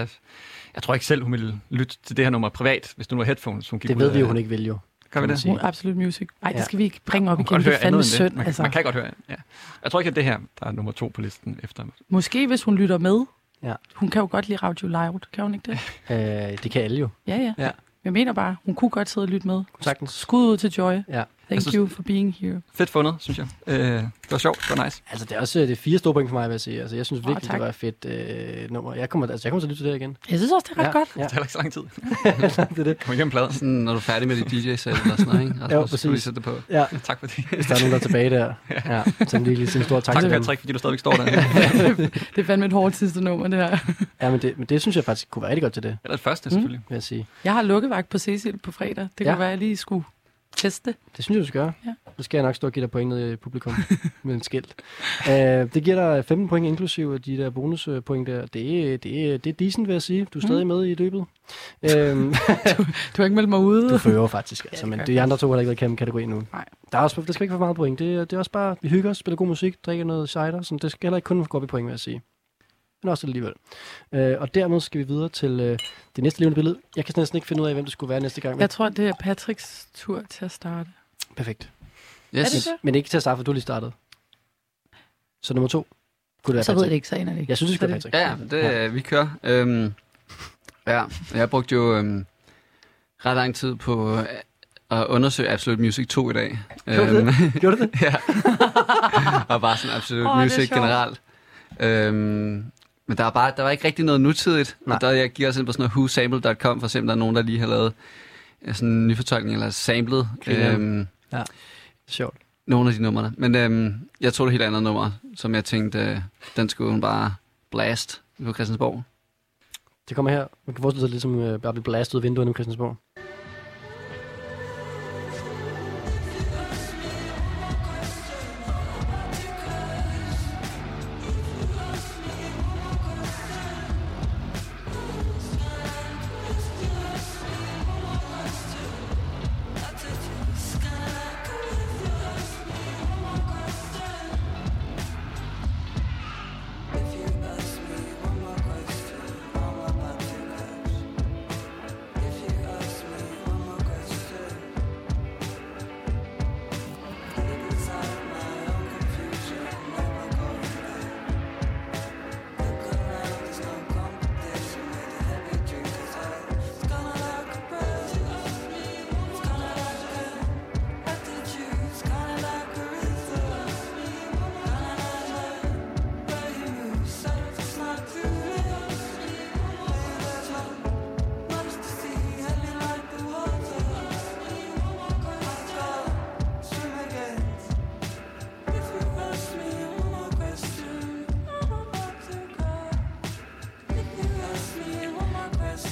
I: jeg tror ikke selv, hun ville lytte til det her nummer privat, hvis du nu har headphones, hun gik
B: Det
I: ud
B: ved vi jo,
I: af-
B: hun ikke vil jo.
I: Kan vi
B: man
I: det?
B: sige.
E: Absolut music. Nej, det
I: Ja.
E: skal vi ikke bringe op
I: Man kan
E: igen.
I: godt
E: Det er
I: høre andet
E: fandme
I: end det.
E: synd.
I: Man,
E: Altså.
I: man kan godt høre, ja. Jeg tror ikke, at det her, der er nummer to på listen efter mig.
E: Måske, hvis hun lytter med.
B: Ja.
E: Hun kan jo godt lide Radio Loud, kan hun ikke det?
B: Øh, det kan alle jo.
E: Ja, ja.
B: Ja.
E: Jeg mener bare, hun kunne godt sidde og lytte med.
B: Sagtens.
E: Skud ud til Joy.
B: Ja.
E: Thank
I: Jeg
E: synes,
I: synes-
E: you for being here.
I: Fedt fundet, synes jeg. Øh, det var sjovt, det var nice.
B: Altså, det er også øh, det er fire store point for mig, vil jeg sige. Altså, jeg synes
E: Åh,
B: virkelig,
E: tak.
B: det var et fedt øh, nummer. Jeg kommer, altså, jeg kommer til at lytte til det her igen.
E: Jeg synes også, det er ret
B: ja,
E: godt.
B: Ja.
I: Det er ikke så lang tid.
B: det er det.
I: Kom igennem pladen.
D: Sådan, når du er færdig med dit DJ-sæt eller sådan noget, ikke? Og
B: [LAUGHS] Jo,
D: så skal du lige
B: præcis.
D: sætte det på.
B: Ja.
I: Tak for det.
B: Hvis der er nogen, der er tilbage
I: [LAUGHS]
B: der. Ja. Så lige lige sige en stor tak,
I: Tak,
B: til dem.
I: Patrick, fordi du stadigvæk
B: [LAUGHS]
I: står der.
E: det er fandme et hårdt sidste nummer, det her.
B: Ja, men det, men det synes jeg faktisk kunne være rigtig godt til det.
I: Eller det første, selvfølgelig.
B: Vil jeg sige.
E: Jeg har lukkevagt på Cecil på fredag. Det ja.
B: Ja.
E: kunne være, jeg lige skulle teste.
B: Det synes jeg, du skal gøre.
E: Ja.
B: Så skal jeg nok stå og give dig point ned i publikum [LAUGHS] med en skilt. Uh, det giver dig 15 point inklusive af de der bonuspoint der. Det, er- det, er- det er decent, vil jeg sige. Du er
E: Mm.
B: stadig med i løbet. Uh, du,
E: du har ikke meldt mig [LAUGHS] ude.
B: Du fører faktisk, altså,
E: det
B: men
E: gør
B: de
E: jeg
B: andre
E: faktisk.
B: to har da ikke været i kæmpe kategori nu.
E: Nej.
B: Der, er også, der skal ikke være for meget point. Det, er- det er også bare, vi hygger os, spiller god musik, drikker noget cider. Sådan, det skal heller ikke kun gå op i point, vil jeg sige. Men også alligevel. Uh, og dermed skal vi videre til uh, det næste levende billede. Jeg kan næsten ikke finde ud af, hvem det skulle være næste gang.
E: Jeg tror, det er Patricks tur til at starte.
B: Perfekt.
E: Yes. Er det så?
B: Men ikke til at starte, for du lige startede. Så nummer to. Kunne det være
E: Så ved
B: Patrick?
E: jeg det ikke, så aner det ikke.
B: Jeg synes, det
E: Så
B: skulle være
E: det-
B: Patrick.
D: Ja, ja, det, ja. vi kører. Øhm, ja, jeg brugte jo øhm, ret lang tid på øh, at undersøge Absolute Music 2 i dag. Øhm,
B: Gjorde du det? Gjorde du det?
D: [LAUGHS] ja. og bare sådan Absolute
B: Åh, det
D: oh,
B: er
D: Music
B: sjovt.
D: generelt. Øhm, men der, er bare, der var ikke rigtig noget nutidigt. Nej. Og der jeg gik også ind på sådan noget whosample.com, for at se, om der er nogen, der lige har lavet øh, sådan en nyfortolkning eller samlet.
B: Grineren. Ja, sjovt.
D: Nogle af de numre. Men øhm, jeg tog et helt andet nummer, som jeg tænkte, øh, den skulle hun bare blast på Christiansborg.
B: Det kommer her. Man kan forestille sig det ligesom øh, bare blive blastet ud af vinduerne i Christiansborg.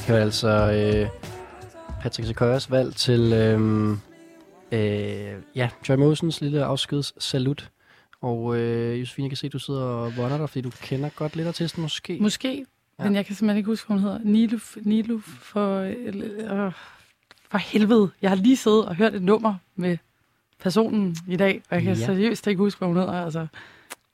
B: Det var altså øh, Patrick Sequoias valg til øh, øh, ja, Joy Mosens lille afskeds salut. Og øh, Josefine, jeg kan se, at du sidder og vonder dig, fordi du kender godt lidt artisten måske.
E: Måske, ja. men jeg kan simpelthen ikke huske, hvad hun hedder. Niluf, Niluf for, øh, for helvede. Jeg har lige siddet og hørt et nummer med personen i dag, og jeg kan
B: Ja.
E: ja. seriøst ikke huske, hvad hun hedder. Altså,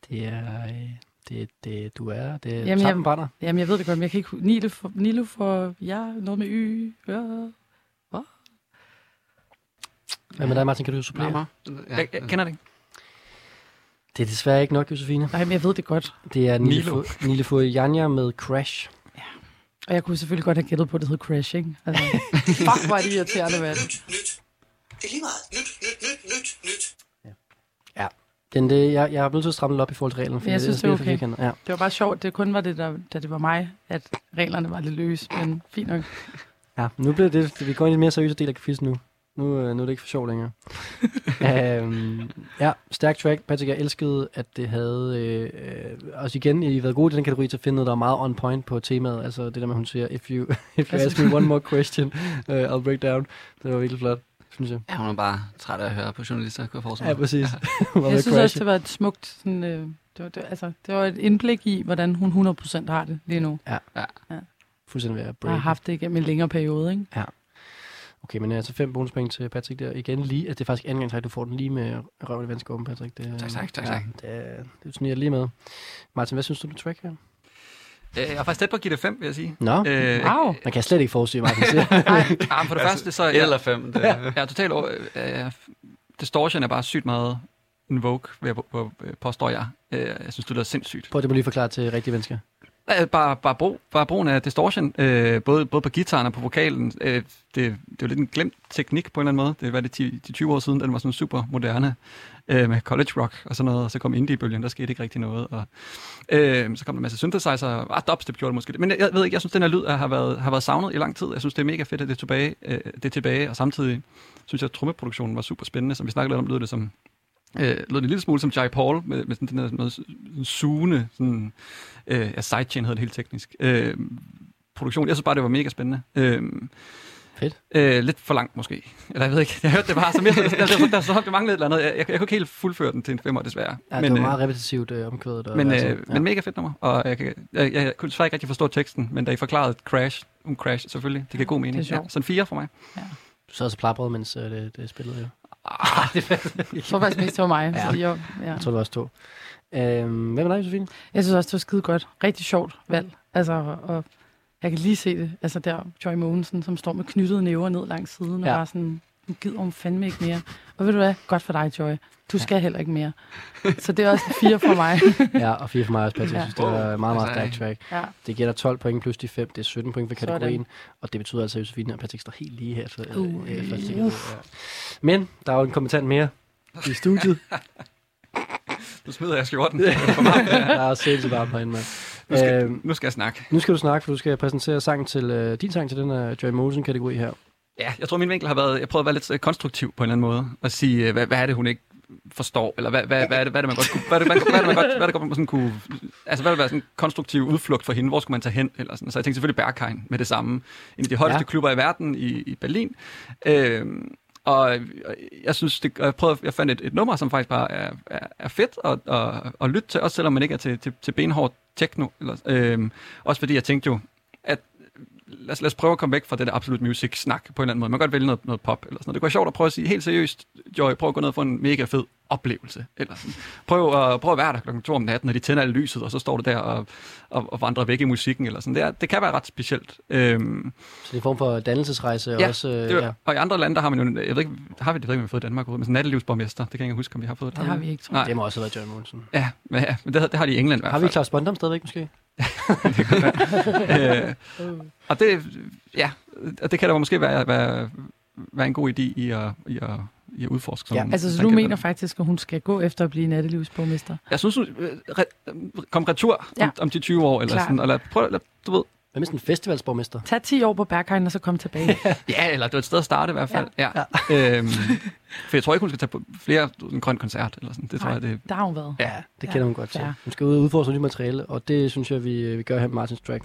B: Det er... Øh, det, det, du er... Det,
E: Jamen,
B: sammen
E: jeg-
B: brænder.
E: jamen, jeg ved det godt, men jeg kan ikke huske. Niluf, Niluf for, ja, noget med y. Ja. Hvad?
B: Hvad med dig, Martin? Kan du supplere?
E: Nærmere.
B: Mm.
D: Ja.
I: Jeg, jeg kender det ikke.
B: Det er desværre ikke nok, Josefine.
E: Nej, men jeg ved det godt.
B: Det er
E: Milo.
B: Nile Fu Janja med Crash.
E: Og jeg kunne selvfølgelig godt have gættet på, at det hed Crashing. Altså, fuck, hvor er det irriterende, mand.
N: Det er lige meget. Nyt, nyt, nyt, nyt, nyt.
B: Den, det, jeg, jeg er blevet til at stramme lidt op i forhold til reglerne.
E: Men jeg synes, det er
B: ellers
E: okay.
B: bliver for firkantet. Ja.
E: Det var bare sjovt, at det kun var det, der, da det var mig, at reglerne var lidt løse, men fint nok.
B: Ja, nu bliver det, vi går ind i en mere seriøs del af quizzen nu. Nu, øh, nu er det ikke for sjov
E: [LAUGHS]
B: længere. øhm, ja, stærk track. Patrick, jeg elskede, at det havde... Øh, øh, også igen, I har været gode i den kategori til at finde noget, der er meget on point på temaet. Altså det der med, hun siger, if you, [LAUGHS] if you
D: Altså-
B: ask me one more
E: [LAUGHS]
B: question, uh, I'll break down. Det var virkelig flot, synes jeg.
D: Ja, hun er bare træt af at høre på journalister, kunne jeg forestille
B: Ja,
D: mig.
E: [LAUGHS]
B: præcis. Hun var ved
E: Jeg
B: at
E: synes også,
B: crashe.
E: det var et smukt, sådan, øh, det, var, det, altså, det var et indblik i, hvordan hun 100% har det lige nu.
B: Ja.
D: ja.
E: ja.
B: Fuldstændig ved at
E: Jeg Ah, har
B: breake.
E: haft det igennem en længere periode, ikke?
B: Ja. Okay, men altså fem bonuspoint til Patrick der. Igen lige, at det er faktisk anden gang, tak, du får den lige med røven i vandskåben, Patrick. Det,
I: Tak, tak, tak,
B: ja,
I: tak.
B: Det, er- det sniger lige med. Martin, hvad synes du, du track her?
I: Øh, Jeg er faktisk tæt på at give det 5, vil jeg sige.
B: Nå,
I: wow.
B: man kan slet ikke forudsige, [LAUGHS] hvad Martin siger.
D: [LAUGHS]
I: Ja, ah, men for det
D: Altså,
I: første, så...
D: et eller fem, det-
I: Det. Jeg er totalt... over- Øh, øh, distortion er bare sygt meget en vogue, vil jeg, på- på- påstår jeg. Øh, Jeg synes, det lyder sindssygt.
B: Prøv at det må lige forklare til rigtige mennesker.
I: Øh, Bare, bare, brug, bare brugen af distortion, øh, både, både på gitaren og på vokalen. Øh, det, det er jo lidt en glemt teknik på en eller anden måde. Det var det 10 10-20 år siden, den var sådan super moderne øh, med college rock og sådan noget. Og så kom indie-bølgen, der skete ikke rigtig noget. Og, øh, så kom der en masse synthesizer. Ah, dubstep gjorde det måske. Men jeg, jeg ved ikke, jeg synes, den her lyd har været, har været savnet i lang tid. Jeg synes, det er mega fedt, at det er tilbage. Øh, det er tilbage og samtidig synes jeg, at trummeproduktionen var super spændende. Som vi snakkede lidt om, lød det som øh, lød det en lille smule som Jai Paul, med, med sådan den der noget sådan sugende, sådan, øh, ja, sidechain hedder det helt teknisk, øh, produktion. Jeg synes bare, det var mega spændende. Øh,
B: Fedt.
I: Øh, lidt for langt måske. Eller jeg ved ikke, jeg hørte det bare, som jeg, jeg, jeg, jeg, jeg, jeg, jeg manglede et eller andet. Jeg, jeg, jeg kunne ikke helt fuldføre den til en femmer, desværre.
B: Ja, men, det var meget repetitivt øh, omkvædet. Og
I: Men,
B: altså,
I: øh, men mega fedt nummer, og jeg, kan, jeg, jeg, jeg kunne desværre ikke rigtig forstå teksten, men da I forklarede Crash, um Crash selvfølgelig, det giver god mening.
B: Ah, det er
I: ja,
B: sjovt.
I: så en fire for mig.
B: Du sad og plapperede, mens øh, det, det spillede jo. Ah,
E: Jeg tror faktisk mest, det var mig.
B: Ja.
E: Så jo, ja.
B: Jeg tror, det var også to. Øhm, hvad med dig,
I: [LAUGHS]
B: Josefine?
E: Jeg synes også, det var skide godt. Rigtig sjovt valg. Altså, og jeg kan lige se det. Altså der, Joy Mogensen, som står med knyttede næver ned langs siden, ja.
B: Ja.
E: og bare sådan, nu gider hun fandme ikke mere. Og ved du hvad? Godt for dig, Joy. Du skal ja. heller ikke mere. Så det er også en fire for
I: [LAUGHS]
E: mig.
B: ja, og fire for mig også, Patrick. Jeg
E: Ja.
B: synes, det var meget,
I: Altså,
B: meget stærk track.
E: Ja.
B: Det giver dig 12 point plus de 5. Det er 17 point for
E: Sådan.
B: kategorien. Og det betyder altså, at Josefine og Patrick står helt lige her. For,
E: Uh,
B: øh, første
E: uff.
B: kategori, ja. Men der er jo en kommentant mere i studiet.
I: [LAUGHS] Nu smider
B: [LAUGHS]
I: jeg skjorten.
B: der er sindssygt varmt herinde, mand.
I: Nu skal-
B: Øhm,
I: nu skal jeg snakke.
B: Nu skal du snakke, for du skal præsentere sangen til, øh, din sang til den her Joy Mosen-kategori her.
I: Ja, jeg tror, min vinkel har været, jeg prøver at være lidt øh, konstruktiv på en eller anden måde, og sige, øh, hvad, hvad er det, hun ikke forstår, eller hvad, hvad, hvad, er det, hvad er det, man godt kunne, hvad er det, man, hvad er det, man godt, hvad er det, godt, man sådan kunne, altså hvad ville være sådan en konstruktiv udflugt for hende, hvor skulle man tage hen, eller sådan. Så jeg tænkte selvfølgelig Berghain med det samme, en af de højeste
J: Ja.
I: ja. klubber i verden i, i Berlin. Øhm, og og jeg synes, det, og jeg, prøvede, jeg fandt et, et nummer, som faktisk bare er, er, er fedt at, at, at lytte til, også selvom man ikke er til, til, til benhård techno. Eller, øhm, også fordi jeg tænkte jo, at lad os, lad os prøve at komme væk fra det der absolut music-snak på en eller anden måde. Man kan godt vælge noget, noget pop eller sådan noget. Det kunne være sjovt at prøve at sige helt seriøst, Joy, prøv at gå ned og få en mega fed oplevelse. Eller sådan. Prøv, at, prøv at være der klokken to om natten, når de tænder alt lyset, og så står du der og, og, og vandrer væk i musikken. Eller sådan. Det, er, det kan være ret specielt. Øhm,
B: Så det er en form for dannelsesrejse og også... øh,
I: det var, ja. Og i andre lande, der har man jo, jeg ved ikke, har vi det, jeg ved ikke, om vi har fået i Danmark ud, men sådan en nattelivsborgmester, det kan jeg ikke huske, om vi har fået
B: Det har vi ikke, tror jeg. Det må også have været John Monsen.
I: Ja, men, ja, men det, har- det har de i England i hvert
B: Har vi
I: fald.
B: Claus Bondam stadigvæk måske?
I: øh,
E: Mm.
I: og det, ja, og det kan der måske være, være, være en god idé i at, i at, i at udforske.
E: Ja.
I: sådan-
E: Altså, så
I: sådan
E: du
I: kan-
E: mener faktisk, at hun skal gå efter at blive nattelivsborgmester?
I: Jeg synes, du, øh, re- kom retur ja.
E: Ja.
I: om, om de 20 år, eller
E: Klart.
I: sådan, eller prøv, lad, du ved.
B: Hvad med sådan en festivalsborgmester?
E: Tag 10 år på Berghain, og så kom tilbage.
I: Ja, eller det var et sted at starte i hvert fald. Ja. ja. [LAUGHS] Øhm, for jeg tror ikke, hun skal tage på flere du ved, en grøn koncert, eller sådan. Det tror
E: Nej,
I: jeg, det...
E: der har hun været.
I: Ja,
B: Det kender hun godt til.
E: fair.
B: Hun skal ud og udforske nyt materiale, og det synes jeg, vi, vi gør her med Martins track.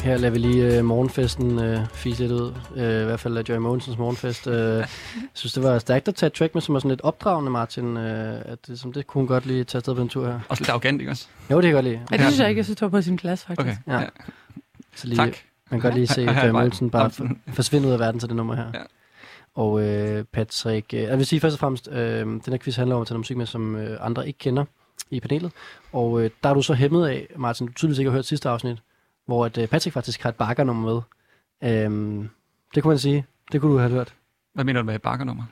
B: Her lader vi lige øh, morgenfesten øh, fise lidt ud. Øh, I hvert fald af Joy Mogensens morgenfest. Øh, jeg synes, det var stærkt at tage et track med, som var sådan lidt opdragende, Martin. Øh, at det, som det kunne hun godt lige tage afsted på en tur her.
I: Også lidt arrogant, ikke også?
B: Jo, det kan jeg godt lide.
E: Ja, det synes jeg ikke, jeg synes, det var på sin plads, faktisk.
I: Okay.
B: Ja.
I: Ja.
B: Så lige,
I: Tak.
B: Man kan godt lige se
I: Her- her er
B: Joy
I: vejen.
B: Mogensen bare
I: Absolut.
B: forsvinde ud af verden til det nummer her.
I: Ja.
B: Og øh, Patrick, øh, jeg vil sige først og fremmest, øh, den her quiz handler om at tage noget musik med, som øh, andre ikke kender i panelet. Og øh, der er du så hæmmet af, Martin, du tydeligvis ikke har hørt sidste afsnit, hvor at, øh, Patrick faktisk har et bakkernummer med. Øhm, det kunne man sige. Det kunne du have hørt.
I: Hvad mener du med et bakkernummer?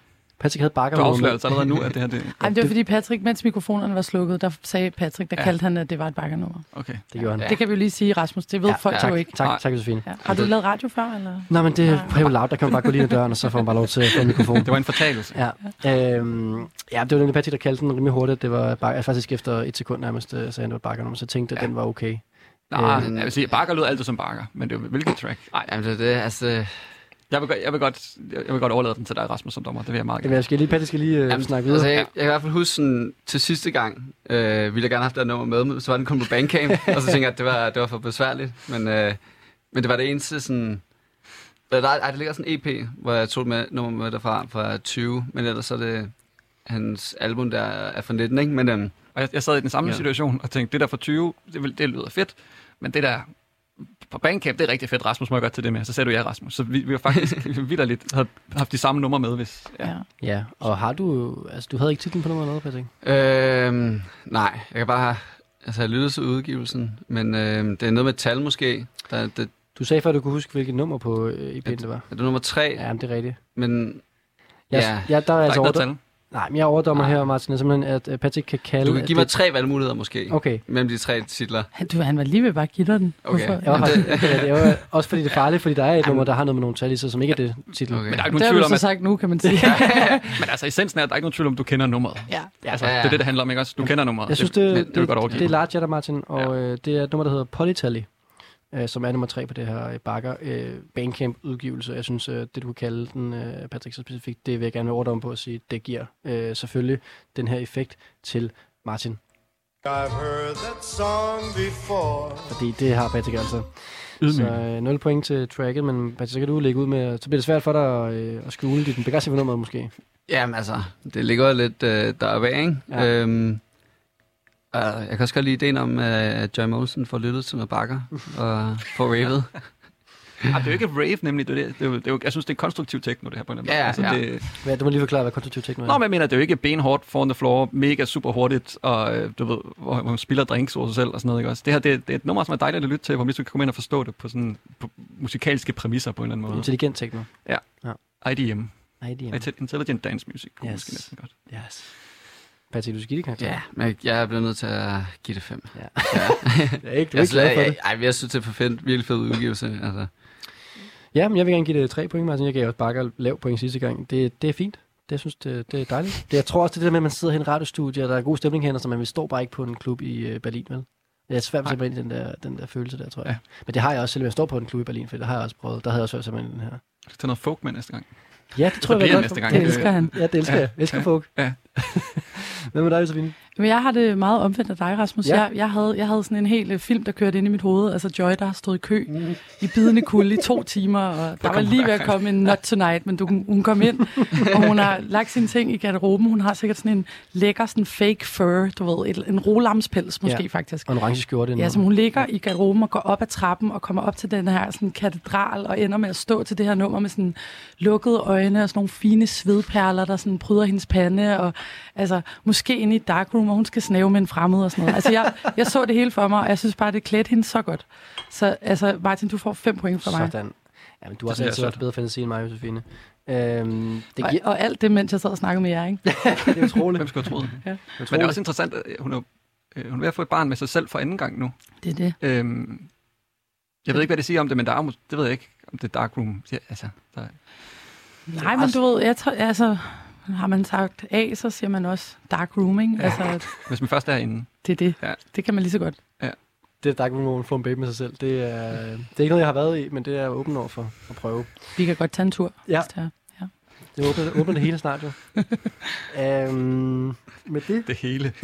B: Patrick havde et
I: Du
B: bakkernummer
I: afslører altså allerede nu, at det her... Det...
E: Ej, men det var fordi Patrick, mens mikrofonerne var slukket, der sagde Patrick, der
I: Ja.
E: ja. kaldte han, at det var et bakkernummer.
I: Okay.
B: Det gjorde han.
E: Ja. Det kan vi jo lige sige, Rasmus. Det ved ja, folk
B: tak,
E: jo ikke.
B: Tak, tak, Josefine.
E: Ja. Har du lavet radio før, eller?
B: Nej, men det er jo loud, der kan man bare gå lige ind ad døren, og så får man bare lov til at få en mikrofon.
I: Det var en
B: [LAUGHS]
I: fortalelse.
B: Ja. Øhm, ja, det var nemlig Patrick, der kaldte den rimelig hurtigt. Det var bare, altså, faktisk efter et sekund nærmest, øh, sagde han, det var bakkernummer, så jeg tænkte, at den var okay.
I: Nej,
B: Øhm,
I: jeg vil sige, bakker lød altid som bakker, men det var hvilket track? Nej, jamen det er det, altså... Jeg vil, godt- jeg, vil godt, jeg vil godt overlade den til dig, Rasmus, som dommer. Det vil jeg meget
B: Jamen,
I: gerne.
B: jeg skal lige, Patrick skal lige øh, snakke videre.
D: Altså, jeg, jeg kan i hvert fald huske sådan, til sidste gang, øh, ville jeg gerne have haft det her nummer med, men så var den kun på Bandcamp, og så tænkte jeg, at det var, det var for besværligt. Men, øh, men det var det eneste sådan... eller Der, ej, der ligger sådan en EP, hvor jeg tog et med, nummer med derfra fra 20, men ellers så er det hans album, der er fra 19, ikke? Men, øhm,
I: Og jeg, jeg sad i den samme
D: Ja.
I: situation og tænkte, det der for 20, det, vil, det lyder fedt, men det der på Bandcamp, det er rigtig fedt. Rasmus må jeg godt til det med. Så sagde du ja, Rasmus. Så vi, vi var
D: [LAUGHS]
I: faktisk vildt havde haft de samme numre med, hvis... Ja.
B: Ja, og har du... Altså, du havde ikke titlen på nummeret noget, Patrick?
D: Øhm, nej, jeg kan bare... Altså, jeg lyttede til udgivelsen, men øhm, det er noget med et tal måske. Der, det,
B: Du sagde før, du kunne huske, hvilket nummer på øh, EP'en det var.
D: er det nummer tre?
B: Ja, men det er rigtigt.
D: Men...
B: Jeg, ja, der er altså overdom-
D: overdomme.
B: Nej, men jeg er overdommer her, Martin, er simpelthen, at øh, Patrick kan kalde...
D: Du kan
B: at
D: give mig
B: det-
D: tre valgmuligheder måske.
B: Okay.
D: Mellem de tre titler.
E: Han, du, han var lige ved bare at give dig den.
D: Okay.
E: Hvorfor?
B: Jeg var
E: [LAUGHS]
D: Jamen,
B: faktisk,
D: det-
B: det, det, er jo også fordi det er farligt, fordi der er et nummer, der har noget med nogle tal i sig, som ikke er det titel. Okay.
I: Men der er ikke
E: Det
I: nogen
E: har
I: tvivl
E: du
I: om,
E: så
I: at...
E: sagt nu, kan man sige. [LAUGHS]
I: Men altså, essensen er, at der er ikke nogen tvivl om, du kender nummeret.
E: Ja.
I: Altså,
B: Ja,
I: det
B: ja.
I: er det, det handler om, ikke også? Du kender nummeret.
B: Jeg synes,
I: Men
B: det,
I: det, vil jeg godt
B: det,
I: overgive.
B: det er Large der, Martin, og øh, det er et nummer, der hedder Polytally, øh, som er nummer tre på det her øh, Bakker øh, Bandcamp-udgivelse. Jeg synes, øh, det du kunne kalde den, øh, Patrick, så specifikt, det vil jeg gerne være overdomme på at sige, det giver øh, selvfølgelig den her effekt til Martin,
F: I've heard that song before.
B: fordi det har Patrick altså. Så øh, 0 point til tracket, men Patrick, så kan du lægge ud med, så bliver det svært for dig at, øh, at skjule dit begejstring for nummeret måske.
D: Jamen altså, det ligger jo lidt øh, deroppe af, ikke?
B: Ja.
D: Øhm, og jeg kan også godt lide ideen om, øh, at Joy Monsen får lyttet til noget bakker og får ravet.
I: Ej, Ah, det er jo ikke rave, nemlig. Det er, det, det er, jo- det er jo, jeg synes, det er konstruktiv techno, det her på en eller anden
B: Ja,
I: måde. Altså,
B: ja.
I: Det,
B: Ja, du må lige forklare, hvad konstruktiv techno er.
I: Nå, men jeg mener, det er jo ikke benhårdt foran the floor, mega super hurtigt, og øh, du ved, hvor hvor man spiller drinks over sig selv og sådan noget, ikke også? Det her, det, det er et nummer, som er dejligt at lytte til, hvor man ligesom kan komme ind og forstå det på sådan på musikalske præmisser på en eller anden måde.
B: Intelligent techno.
I: Ja.
B: Ja.
I: IDM.
B: IDM.
I: Intel- Intelligent Dance Music, kunne
B: Yes.
I: yes. måske næsten godt.
B: Yes. Patrick, du skal give det karakter.
D: Ja, men jeg bliver nødt til at give det 5. Ja. ja.
B: er ikke- du er
D: jeg,
B: ikke glad for
D: jeg,
B: det.
D: Ej, men jeg synes, det er for fedt. Virkelig fed udgivelse. Altså.
B: Ja, men jeg vil gerne give det tre point, Martin. Jeg gav også Bakker lav point sidste gang. Det, det er fint. Det, jeg synes, det, det er dejligt. Det, [LAUGHS] jeg tror også, det er det der med, at man sidder hen i en radiostudie, og der er god stemning hen, og så man vi står bare ikke på en klub i øh, Berlin, vel? Det er svært at sætte mig ind i den der, den der følelse der, tror jeg. Ja. Men det har jeg også, selvom jeg står på en klub i Berlin, for det har jeg også prøvet. Der havde jeg også hørt mig ind i den her.
I: Jeg skal tage noget folk med næste gang.
B: Ja, det tror jeg,
I: bliver
B: jeg godt
I: han næste
B: for.
I: gang.
B: Det elsker han. Ja, det elsker
I: Ja,
B: jeg. Jeg elsker
I: ja,
B: folk.
I: Ja.
B: [LAUGHS] Hvad med dig, Josefine?
E: Men jeg har det meget omvendt af dig, Rasmus.
B: Ja.
E: Ja. Jeg, jeg, havde, jeg havde sådan en hel øh, film, der kørte ind i mit hoved. Altså Joy, der har stået i kø mm. i bidende kulde i to timer. Og der var
K: kom
E: lige
K: der.
E: ved at komme en not tonight, men du, hun kom ind, og hun har lagt sine ting i garderoben. Hun har sikkert sådan en lækker sådan fake fur, du ved, et, en rolamspels måske
B: Ja,
E: ja. faktisk.
B: og en orange skjorte
E: Ja,
B: indenom.
E: som hun ligger i garderoben og går op ad trappen og kommer op til den her sådan, katedral og ender med at stå til det her nummer med sådan lukkede øjne og sådan nogle fine svedperler, der sådan pryder hendes pande og altså, måske inde i et darkroom, og hun skal snæve med en fremmed og sådan noget. Altså, jeg, jeg så det hele for mig, og jeg synes bare, det klædte hende så godt. Så altså, Martin, du får fem point fra mig.
B: Sådan. Ja, men du
E: Det
B: har også
E: synes jeg
B: altid
E: er
B: haft bedre fantasi end mig, Josefine. Øhm, det
E: Og,
B: giver...
E: og alt det, mens jeg sad og snakkede med jer, ikke?
B: det er [LAUGHS] utroligt.
I: Hvem skulle have [LAUGHS] troet?
E: Ja.
I: Men det er også interessant, at hun er, øh, hun er ved at få et barn med sig selv for anden gang nu.
E: Det er det.
I: Øhm, jeg ved ikke, hvad det siger om det, men der er, mås- det ved jeg ikke, om det er Darkroom. Ja, altså, der er,
E: Nej, men du ved, jeg tror, altså, har man sagt A, så siger man også dark rooming. Ja. Altså,
I: hvis man først er inde.
E: det er det.
I: Ja.
E: Det kan man lige så godt.
I: Ja.
B: Det er dark room, hvor man får en baby med sig selv. Det er, det er ikke noget, jeg har været i, men det er jeg åben over for at prøve.
E: Vi kan godt tage en tur.
B: Ja.
E: ja.
B: Det åbner, åbner det hele snart jo. øhm, med det.
I: Det hele.
B: [LAUGHS]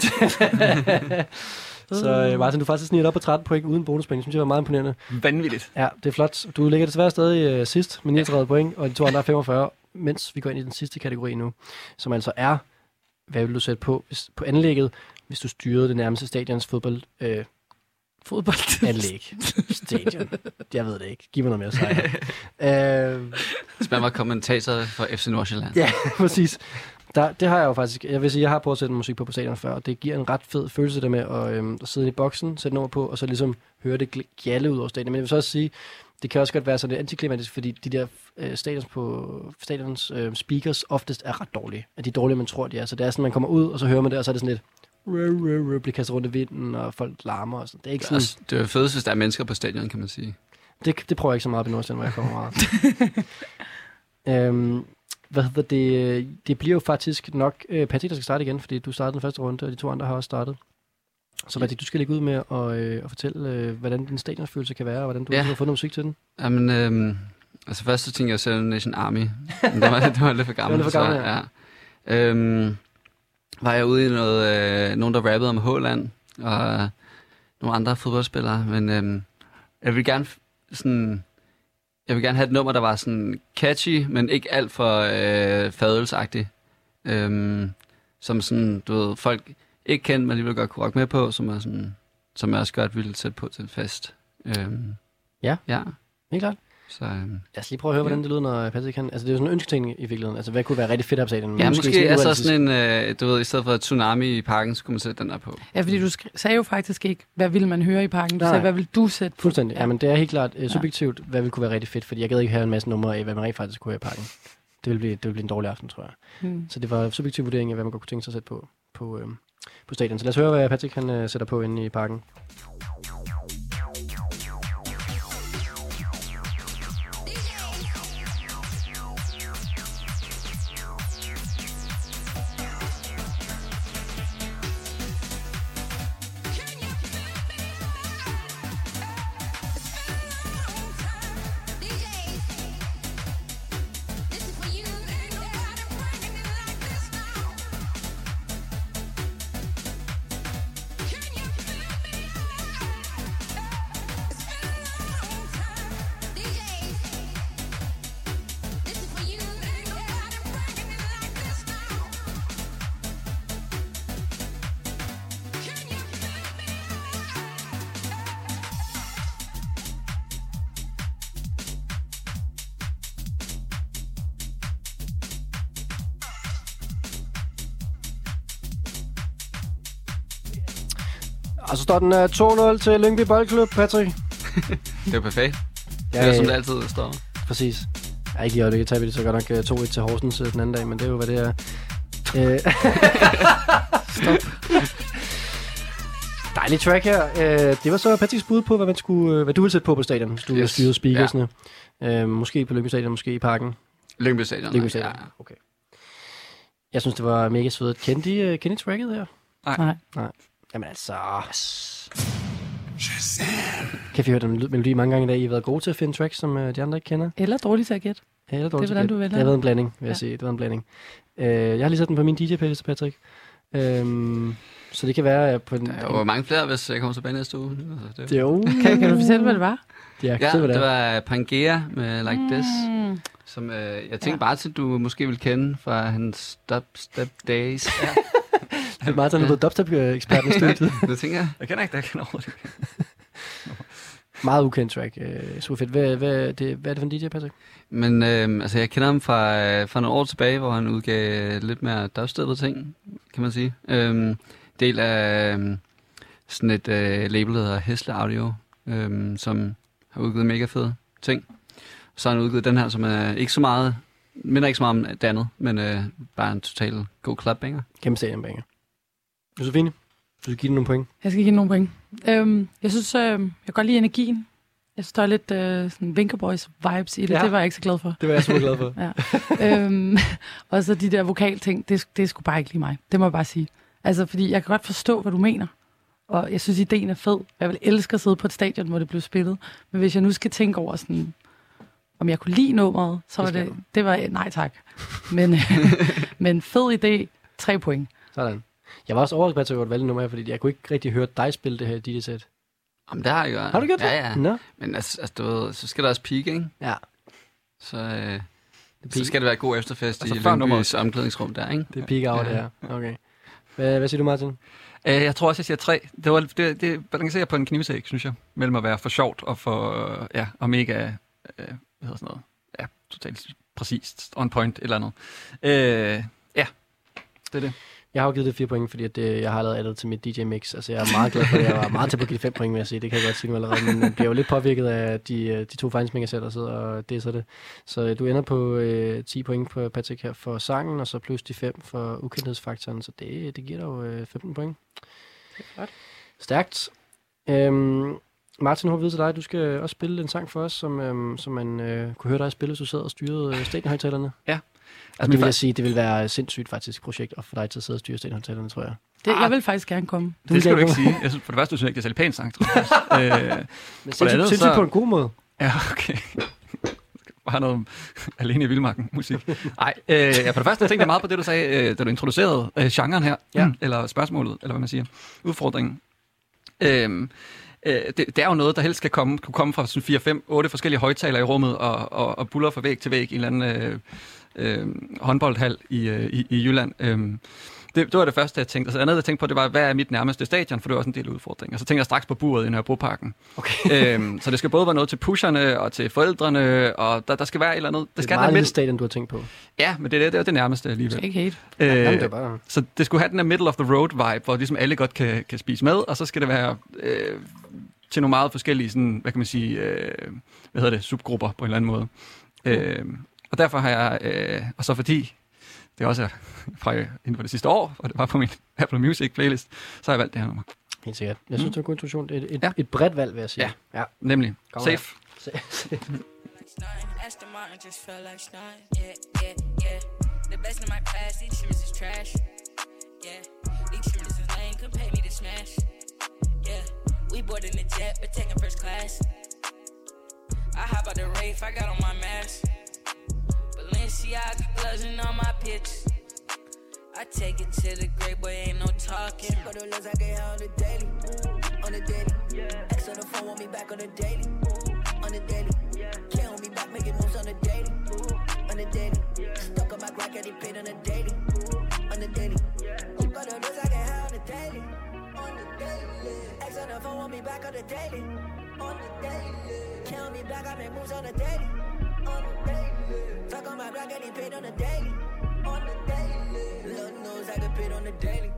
B: så øh, Martin, du faktisk sniger op på 13 point uden bonuspoint. Det synes jeg var meget imponerende.
I: Vanvittigt.
B: Ja, det er flot. Du ligger desværre stadig øh, sidst med 39 ja. point, og de to andre er 45, mens vi går ind i den sidste kategori nu, som altså er, hvad vil du sætte på, hvis, på anlægget, hvis du styrede det nærmeste stadions fodbold... Øh,
E: fodbold.
B: Anlæg. Stadion. Jeg ved det ikke. Giv mig noget mere sejr. øh,
D: Hvis man var kommentator for FC Nordsjælland.
B: Ja, præcis. Der, det har jeg jo faktisk. Jeg vil sige, jeg har prøvet at sætte musik på på stadion før, og det giver en ret fed følelse der med at, øhm, at sidde i boksen, sætte nummer på, og så ligesom høre det gl- gjalde ud over stadion. Men jeg vil så også sige, det kan også godt være sådan lidt antiklimatisk, fordi de der øh, stadions på stadions øh, speakers oftest er ret dårlige. At de er dårligere, man tror, de er. Så det er sådan, man kommer ud, og så hører man det, og så er det sådan lidt rø, rø, rø, bliver kastet rundt i vinden, og folk larmer og sådan. Det er ikke
D: Det er,
B: sådan...
D: også, Altså, det er jo fedest, hvis der er mennesker på stadion, kan man sige.
B: Det, det prøver jeg ikke så meget op i Nordsjælland, hvor jeg kommer fra.
D: [LAUGHS]
B: øhm, hvad hedder det? Det bliver jo faktisk nok øh, Patrick, der skal starte igen, fordi du startede den første runde, og de to andre har også startet. Så Patrick, du skal lægge ud med at, øh, at fortælle, øh, hvordan din stadionsfølelse kan være, og hvordan du
D: Ja.
B: ja. har fundet musik til den.
D: Jamen, øhm, altså først så tænkte jeg selv Nation Army. Men det var, [LAUGHS] det var lidt for gammel.
B: Det var lidt for gammel,
D: så, ja. Øhm, var jeg ude i noget, øh, nogen, der rappede om Håland, og øh, nogle andre fodboldspillere, men øhm, jeg vil gerne f- sådan... Jeg vil gerne have et nummer, der var sådan catchy, men ikke alt for øh, fadelsagtigt. Øhm, som sådan, du ved, folk ikke kendte, men alligevel godt kunne rock med på, som, er sådan, som jeg også godt ville sætte på til en fest. Øhm,
B: Ja.
D: Ja.
B: Helt klart.
D: Så, øhm,
B: Lad os lige prøve at høre, hvordan
D: Ja.
B: det lyder, når Patrick kan. Altså, det er jo sådan en ønsketing i virkeligheden. Altså, hvad kunne være rigtig fedt at have på stadion? men
D: ja, måske, måske
B: ikke
D: altså
B: urealistisk.
D: sådan en, øh, du ved, i stedet for tsunami i parken, så kunne man sætte den der på.
E: [LAUGHS] Ja, fordi du sk- sagde jo faktisk ikke, hvad ville man høre i parken. Du
B: Nej.
E: sagde, hvad vil du sætte på?
B: Fuldstændig. Ja. men det er helt klart øh, subjektivt, hvad ville kunne være rigtig fedt, fordi jeg gad ikke have en masse numre af, hvad man rent faktisk kunne have i pakken. Det ville blive, det ville blive en dårlig aften, tror jeg.
E: Hmm.
B: Så det var en subjektiv vurdering af, hvad man godt kunne tænke sig at sætte på, på, øh, på stadion. Så lad os høre, hvad Patrick han, øh, sætter på inde i parken.
H: Can you feel me?
B: Og så står den øh, 2-0 til Lyngby Boldklub, Patrick.
D: Det er perfekt.
B: Ja,
D: det er jo, som
B: ja.
D: det altid står.
B: Præcis. Ja, ikke i øjeblikket tager vi det så godt nok øh, 2-1 til Horsens øh, den anden dag, men det er jo, hvad det er. Øh. [LAUGHS] Stop. Dejlig track her. Øh, det var så Patricks bud på, hvad, man skulle, øh, hvad du ville sætte på på stadion, hvis du yes. styrede speakersne. Ja. Øh, måske på Lyngby Stadion, måske i parken.
D: Lyngby Stadion.
B: Lyngby Stadion.
D: Ja,
B: okay. Jeg synes, det var mega svedigt. Kendte I, øh, kendte I tracket her?
I: Nej.
E: Nej.
B: Nej. Jamen altså... Yes. Kan vi høre den lyd- melodi mange gange i dag? I har været gode til at finde tracks, som øh, de andre ikke kender.
E: Eller dårligt til at gætte.
B: Ja, eller
E: Det er,
B: dårligt til
E: hvordan
B: gæt.
E: du vælger
B: Det har
E: det.
B: været en blanding, vil jeg
E: Ja.
B: sige. Det var en blanding. Øh, jeg har lige sat den på min DJ-playlist, Patrick. Øhm, så det kan være at jeg på en...
D: Der er jo mange flere, hvis jeg kommer tilbage næste uge. Altså,
B: Det er jo-
E: [LAUGHS] Kan, kan du fortælle, hvad det var?
B: Ja,
D: ja
B: det var det.
D: det var Pangea med Like This,
E: Mm.
D: som øh, jeg tænkte ja. bare til, du måske ville kende fra hans Stop Step Days. Ja.
B: Det er Martin, der er blevet dubstep-eksperten i studiet.
D: [LAUGHS] det tænker jeg.
I: Jeg kender ikke det, jeg kender overhovedet ikke.
B: Meget ukendt track. Øh, super fedt. Hvad, hvad, det, hvad er det for en DJ, Patrick?
D: Men øh, altså, jeg kender ham fra, øh, fra nogle år tilbage, hvor han udgav øh, lidt mere dubstepede ting, kan man sige. Øh, del af øh, sådan et øh, label, der hedder Hesle Audio, øh, som har udgivet mega fede ting. Så har han udgivet den her, som er ikke så meget, minder ikke så meget om det andet, men øh, bare en total god klapbanger.
B: Kæmpe stadionbanger. Josefine, du skal give den nogle point.
E: Jeg skal give den nogle point. Øhm, jeg synes, øhm, jeg kan godt lide energien. Jeg synes, der er lidt øh, sådan Vinkerboys-vibes i det.
B: Ja.
E: Ja. Det var jeg ikke så glad for.
B: Det var jeg super glad for.
E: ja. øhm, [LAUGHS] og så de der vokalting, det, det er sgu bare ikke lige mig. Det må jeg bare sige. Altså, fordi jeg kan godt forstå, hvad du mener. Og jeg synes, ideen er fed. Jeg vil elske at sidde på et stadion, hvor det blev spillet. Men hvis jeg nu skal tænke over sådan, om jeg kunne lide nummeret, så var
B: Det skal
E: det, det var, nej tak. Men, [LAUGHS] men fed idé, tre point.
B: [LAUGHS] Sådan. Jeg var også overrasket, Patrick, over at valgte nummer her, fordi jeg kunne ikke rigtig høre dig spille det her DJ-sæt.
D: Jamen, det har jeg gjort.
B: Har du gjort det?
D: Ja, ja.
B: Nå.
D: Men altså, altså, du ved, så skal der også peak, ikke?
B: Ja.
D: Så, øh, så skal det være god efterfest
I: Altså,
D: i
I: før nummeret.
D: Lyngbys omklædningsrum der, ikke?
B: Det er peak out, det her. Okay. Hvad, hvad siger du, Martin?
I: Øh, jeg tror også, jeg siger tre. Det, var, det, det balancerer på en knivsæk, synes jeg. Mellem at være for sjovt og for, øh, ja, og mega, øh, hvad hedder sådan noget, ja, totalt præcist, on point, et eller andet. Øh, ja, det er det.
B: Jeg har jo givet det 4 point, fordi at det, jeg har lavet alt til mit DJ-mix. Altså, jeg er meget glad for det. Jeg var meget til på at give det 5 point, vil jeg sige. Det kan jeg godt sige nu allerede. Men jeg bliver jo lidt påvirket af de, øh, de to fejnsmængersæt, der sidder og det er så det. Så øh, du ender på øh, 10 point på Patrick her for sangen, og så plus de 5 for ukendthedsfaktoren. Så det, det giver dig jo øh, 15 point. Stærkt. Øhm, Martin, nu har vi videre til dig. Du skal også spille en sang for os, som, øhm, som man øh, kunne høre dig spille, hvis du sad og styrede øh, [LAUGHS] stadionhøjtalerne.
I: Ja.
B: Altså,
I: min
B: det vil
I: fa-
B: jeg sige, det vil være et sindssygt faktisk projekt at få dig til at sidde og styre stadionhøjtalerne, tror jeg.
E: Det, jeg vil faktisk gerne komme.
B: Du
I: Det skal
B: vil
I: du ikke
B: gerne-
I: sige. Jeg synes, for det første, du synes jeg ikke, det er særlig pænt sang, tror [LAUGHS] jeg. øh, for det
B: sindssygt-
I: andet,
B: sindssygt på en god måde.
I: Ja, okay. Bare noget alene i vildmarken musik. Nej, øh, ja, for det første jeg tænkte jeg meget på det, du sagde, øh, da du introducerede øh, genren her, ja. eller spørgsmålet, eller hvad man siger, udfordringen. Øhm, øh, det, det er jo noget, der helst skal komme, kunne komme fra sådan 4, 5, 8 forskellige højtalere i rummet og, og, og buller fra væg til væg i en eller anden øh, øh, håndboldhal i, øh, i, i Jylland. Øhm, det, det var det første, jeg tænkte. Og så andet, jeg tænkte på, det var, hvad er mit nærmeste stadion? For det var også en del af udfordringen. Og så tænkte jeg straks på buret i Nørrebroparken. Okay. Øhm, så det skal både være noget til pusherne og til forældrene, og der, der skal være et eller andet. Det,
B: Det
I: skal
B: er meget
I: have den
B: lille
I: middel.
B: stadion, du har tænkt på.
I: Ja, men det, er det, det er det nærmeste alligevel.
E: Skal ikke
B: hate.
I: Øh,
B: Jamen, det er bare-
I: Så det skulle have den der middle of the road vibe, hvor ligesom alle godt kan, kan spise med, og så skal det være øh, til nogle meget forskellige, sådan, hvad kan man sige, øh, hvad hedder det, subgrupper på en eller anden måde. Øh, og derfor har jeg, øh, og så fordi det også er fra øh, inden for det sidste år, og det var på min Apple Music playlist, så har jeg valgt det her nummer.
B: Helt sikkert. Jeg synes, det var en god introduktion. Et, et, Mm. ja. et bredt valg, vil jeg sige. Ja, ja.
I: nemlig.
B: Kom
I: Safe.
B: her. Safe.
O: Aston Martin just felt like snotting. Yeah, yeah, yeah. The best in my class, each shimmies is trash. Yeah, each shimmies is lame, come pay me to smash. Yeah, we boarding the jet, but taking first class. I hop out the Wraith, I got on my mask. Balenciaga gloves and all my pictures. I take it to the great boy, ain't no talking.
P: Photos I get her on the daily, on the daily. Ex on the phone want me back on the daily, on the daily. Can't hold me back, making moves on the daily, on the daily. Stuck on my Glock, got it paid on the daily, on the daily. Photos I get her on the daily, on the daily. Ex on the phone want me back on the daily, on the daily. Can't hold me back, I make moves on the daily, on the daily. Stuck on my Glock, got it paid on the daily, on the daily. Lord knows I get paid on the daily.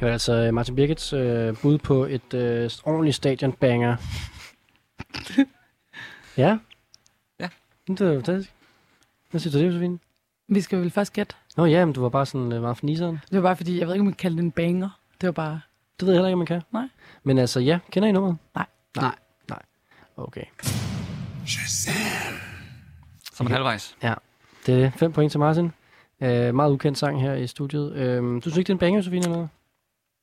B: Jeg var altså øh, Martin Birgits øh, bud på et øh, ordentligt stadionbanger. ja.
I: Ja.
B: Det er fantastisk. Hvad siger du til det, Josefine?
E: Vi skal vel først gætte.
B: Nå ja, men du var bare sådan øh, meget forniseren.
E: Det var bare fordi, jeg ved ikke, om man kan kalde det en banger. Det var bare...
B: Det ved jeg heller ikke, om man kan.
E: Nej.
B: Men altså, ja. Kender I nummeret?
E: Nej.
B: Nej. Nej. Okay.
I: Som en halvvejs.
B: Ja. Det er det. Fem point til Martin. Øh, meget ukendt sang her i studiet. Øh, du synes ikke, det er en banger, Josefine, eller hvad?